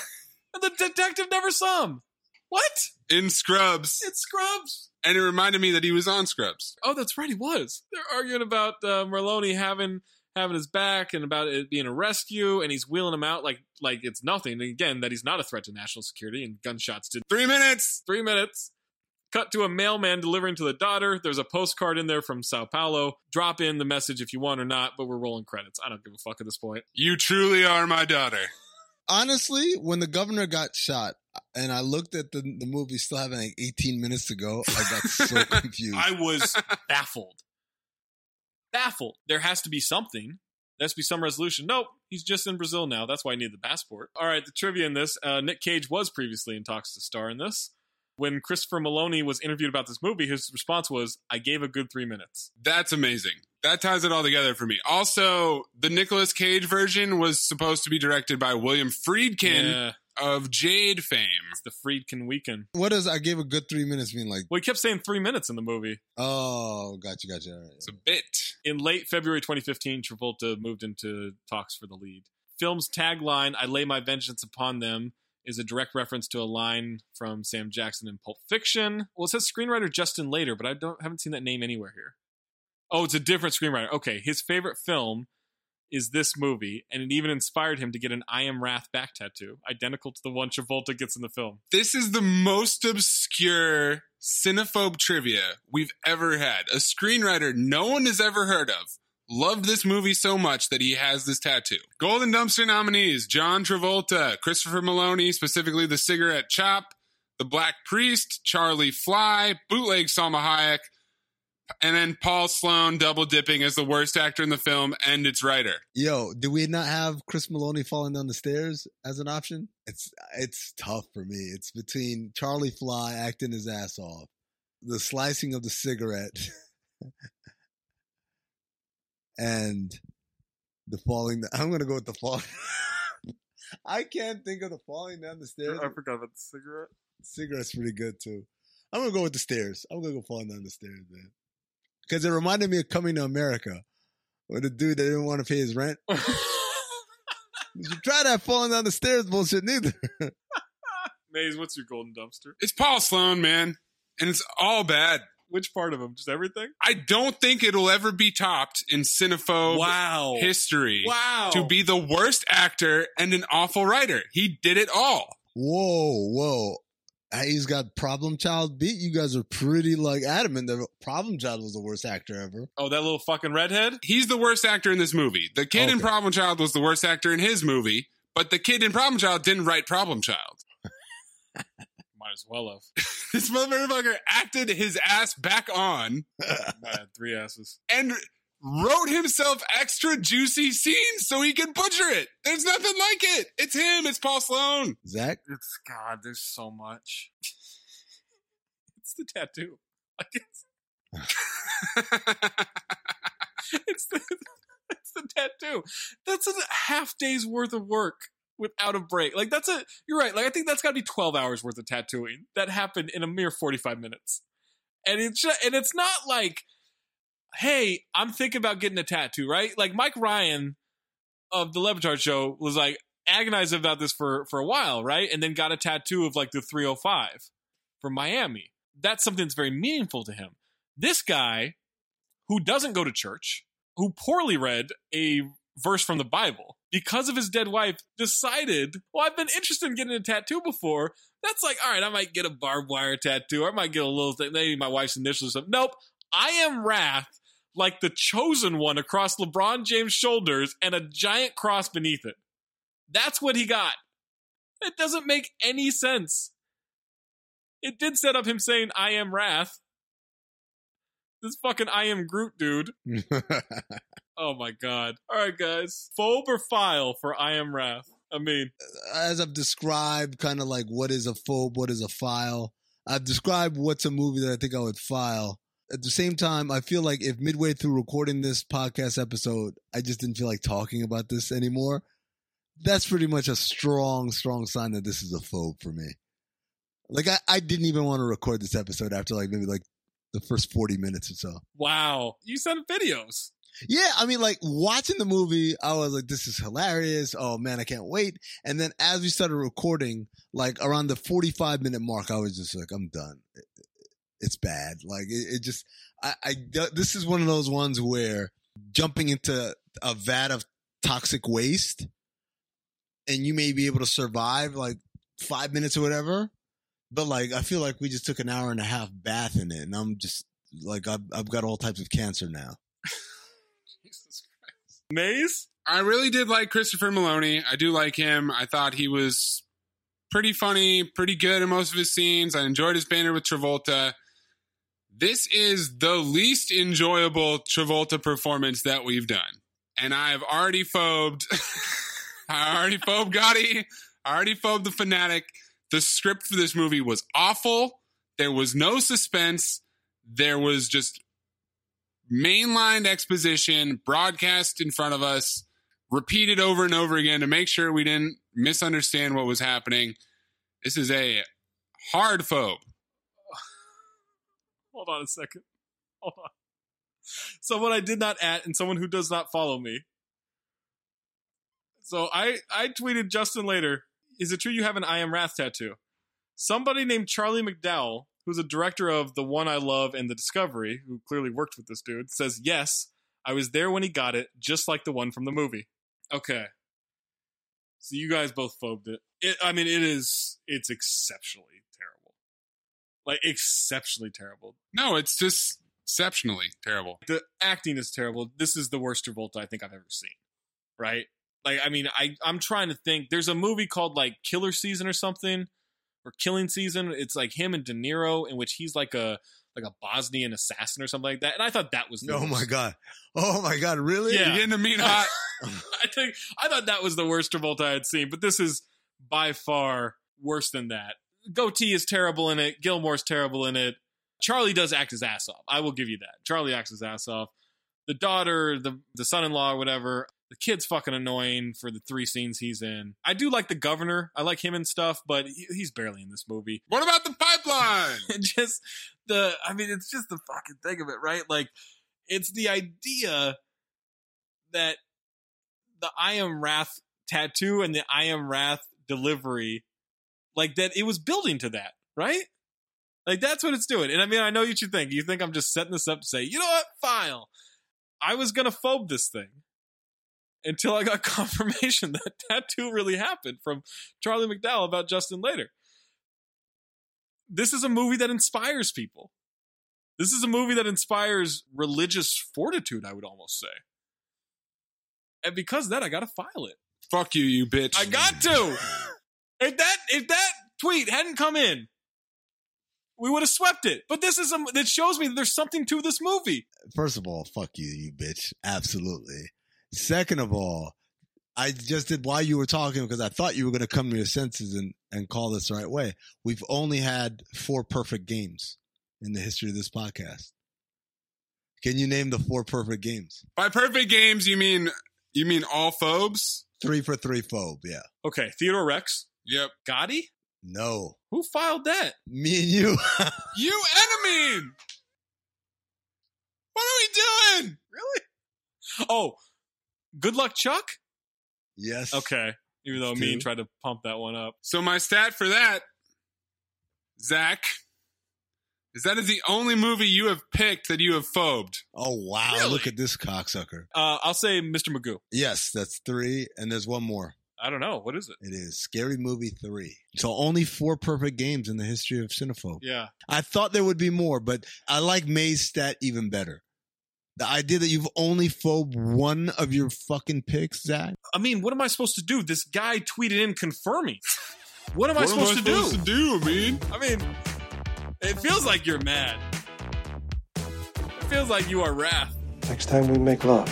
and the detective never saw him. What? In Scrubs. It's Scrubs. And it reminded me that he was on Scrubs. Oh, that's right, he was. They're arguing about uh, Merloni having having his back and about it being a rescue, and he's wheeling him out like like it's nothing. And again, that he's not a threat to national security, and gunshots did Three minutes. three minutes. Cut to a mailman delivering to the daughter. There's a postcard in there from Sao Paulo. Drop in the message if you want or not, but we're rolling credits. I don't give a fuck at this point. You truly are my daughter. honestly, when the governor got shot and I looked at the, the movie still having like 18 minutes to go, I got so confused. I was baffled. Baffled. There has to be something. There has to be some resolution. Nope. He's just in Brazil now. That's why I need the passport. All right, the trivia in this uh, Nick Cage was previously in talks to star in this. When Christopher Maloney was interviewed about this movie, his response was, I gave a good three minutes. That's amazing. That ties it all together for me. Also, the Nicolas Cage version was supposed to be directed by William Friedkin Yeah. of Jade fame. It's the Friedkin Weekend. what does I gave a good three minutes mean? Like, Well, he kept saying three minutes in the movie. oh, gotcha, gotcha. All right. It's a bit. In late February 2015, Travolta moved into talks for the lead. Film's tagline, I lay my vengeance upon them, is a direct reference to a line from Sam Jackson in Pulp Fiction. Well, it says screenwriter Justin Later, but I don't haven't seen that name anywhere here. Oh, it's a different screenwriter. Okay, his favorite film is this movie, and it even inspired him to get an I Am Wrath back tattoo, identical to the one Travolta gets in the film. This is the most obscure cinephobe trivia we've ever had. A screenwriter no one has ever heard of loved this movie so much that he has this tattoo. Golden Dumpster nominees John Travolta, Christopher Maloney, specifically The Cigarette Chop, The Black Priest, Charlie Fly, Bootleg Salma Hayek, and then Paul Sloan double dipping as the worst actor in the film and its writer. Yo, do we not have Chris Maloney falling down the stairs as an option? It's it's tough for me. It's between Charlie Fly acting his ass off, the slicing of the cigarette, and the falling. I'm gonna go with the fall. I can't think of the falling down the stairs. forgot about the cigarette. Cigarette's pretty good too. I'm gonna go with the stairs. I'm gonna go falling down the stairs, man. Because it reminded me of Coming to America, where the dude that didn't want to pay his rent. You should try that falling down the stairs bullshit neither. Maze, what's your golden dumpster? It's Paul Sloan, man, and it's all bad. Which part of him? Just everything? I don't think it'll ever be topped in cinephobe Wow. history Wow. to be the worst actor and an awful writer. He did it all. Whoa, whoa. Hey, He's got Problem Child beat. You guys are pretty like adamant that Problem Child was the worst actor ever. Oh, that little fucking redhead? He's the worst actor in this movie. The kid in Okay. Problem Child was the worst actor in his movie, but the kid in Problem Child didn't write Problem Child. Might as well have. This motherfucker acted his ass back on I had three asses. and wrote himself extra juicy scenes so he could butcher it. There's nothing like it. It's him. It's Paul Sloan. Zach? It's God. There's so much. it's the tattoo. Like it's, it's the it's the tattoo. That's a half day's worth of work without a break. Like that's a you're right. Like I think that's got to be 12 hours worth of tattooing that happened in a mere 45 minutes. And it's ju- and it's not like hey, I'm thinking about getting a tattoo, right? Like Mike Ryan of the Levitard show was like agonizing about this for for a while, right? And then got a tattoo of like the 305 from Miami. That's something that's very meaningful to him. This guy who doesn't go to church, who poorly read a verse from the Bible because of his dead wife, decided, well, I've been interested in getting a tattoo before. That's like, all right, I might get a barbed wire tattoo. Or I might get a little thing, maybe my wife's initials or something. Nope. I am wrath like the chosen one across LeBron James' shoulders and a giant cross beneath it. That's what he got. It doesn't make any sense. It did set up him saying, I am wrath. This fucking I am Groot dude. Oh my god. All right, guys. Phobe or file for I am wrath? I mean, As I've described, kind of like what is a phobe, what is a file. I've described what's a movie that I think I would file. At the same time, I feel like if midway through recording this podcast episode, I just didn't feel like talking about this anymore, that's pretty much a strong, strong sign that this is a phobe for me. Like, I, I didn't even want to record this episode after like maybe like the first 40 minutes or so. wow. You sent videos. Yeah, I mean, like watching the movie, I was like, "This is hilarious!" Oh man, I can't wait. And then as we started recording, like around the forty-five minute mark, I was just like, "I'm done. It- It's bad." Like it, it just, I, I, this is one of those ones where jumping into a vat of toxic waste, and you may be able to survive like five minutes or whatever, but like I feel like we just took an hour and a half bath in it, and I'm just like, I've, I've got all types of cancer now. Maze? I really did like Christopher Maloney. I do like him. I thought he was pretty funny, pretty good in most of his scenes. I enjoyed his banner with Travolta. This is the least enjoyable Travolta performance that we've done. And I've already phobed. I already phobed Gotti. I already phobed the fanatic. The script for this movie was awful. There was no suspense. There was just mainlined exposition broadcast in front of us, repeated over and over again to make sure we didn't misunderstand what was happening. This is a hard phobe. Hold on a second. Hold on. Someone I did not at and someone who does not follow me. So I I tweeted Justin later. Is it true you have an I am Wrath tattoo? Somebody named Charlie McDowell, who's a director of The One I Love and The Discovery, who clearly worked with this dude, says yes. I was there when he got it, just like the one from the movie. Okay. So you guys both phobed it. it I mean, it is it's exceptionally terrible, like exceptionally terrible. No, it's just exceptionally terrible. The acting is terrible. This is the worst Travolta I think I've ever seen. Right? Like, I mean, I I'm trying to think. There's a movie called like Killer Season or something, or Killing Season. It's like him and De Niro, in which he's like a like a Bosnian assassin or something like that. And I thought that was the Oh my worst. god! Oh my god! Really? Yeah. You're getting the mean hot. I think I thought that was the worst Travolta I had seen, but this is by far worse than that. Goatee is terrible in it. Gilmore's terrible in it. Charlie does act his ass off. I will give you that. Charlie acts his ass off. The daughter, the the son-in-law, whatever. The kid's fucking annoying for the three scenes he's in. I do like the governor. I like him and stuff, but he, he's barely in this movie. What about the pipeline? just the, I mean, it's just the fucking thing of it, right? Like, it's the idea that the I am Wrath tattoo and the I am Wrath delivery, like that it was building to that, right? Like that's what it's doing. And I mean, I know what you think. You think I'm just setting this up to say, you know what, file. I was gonna phobe this thing until I got confirmation that tattoo really happened from Charlie McDowell about Justin later. This is a movie that inspires people. This is a movie that inspires religious fortitude, I would almost say. And because of that, I gotta file it. Fuck you, you bitch. I got to. if that if that tweet hadn't come in, we would have swept it. But this is a, that shows me that there's something to this movie. First of all, fuck you, you bitch. Absolutely. Second of all, I just did while you were talking because I thought you were going to come to your senses and, and call this the right way. We've only had four perfect games in the history of this podcast. Can you name the four perfect games? By perfect games, you mean you mean all phobes? Three for three phobe, yeah. Okay, Theodore Rex. Yep. Gotti? No. Who filed that? Me and you. You enemy! What are we doing? Oh, good luck, Chuck? yes. Okay. Even though It's me two. tried to pump that one up. So my stat for that, Zach, is that is the only movie you have picked that you have phobed. Oh wow! Look at this cocksucker. Uh, I'll say Mr. Magoo. Yes, that's three, and there's one more. I don't know. What is it? It is Scary Movie three. So only four perfect games in the history of Cinephobe. Yeah. I thought there would be more, but I like May's stat even better. The idea that you've only phobed one of your fucking picks, Zach. I mean, what am I supposed to do? This guy tweeted in confirming. What am I supposed to do? to do? I mean, I mean, it feels like you're mad. It feels like you are wrath. Next time we make love,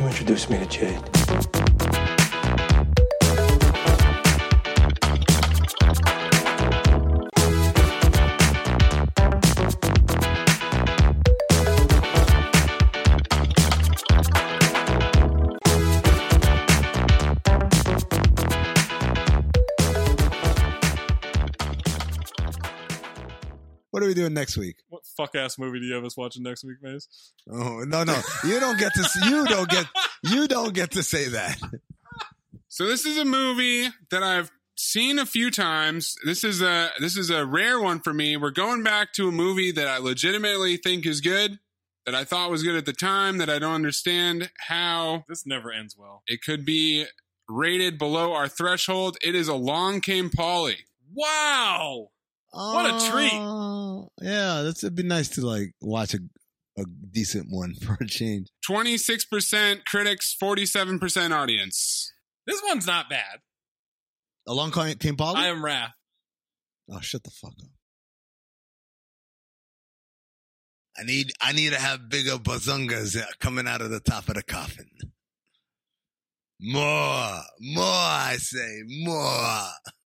you introduce me to Jade. What are we doing next week? What fuck ass movie do you have us watching next week, Maze? Oh no, no, you don't get to. s- You don't get. You don't get to say that. So this is a movie that I've seen a few times. This is a this is a rare one for me. We're going back to a movie that I legitimately think is good, that I thought was good at the time, that I don't understand how This never ends well. it could be rated below our threshold. It is Along Came Polly. Wow. What a treat. Uh, yeah, that's it'd be nice to like watch a a decent one for a change. 26% critics, 47% audience. This one's not bad. Along Came came Polly. I am wrath. oh, shut the fuck up. I need I need to have bigger bazungas uh, coming out of the top of the coffin. More, more, I say, more.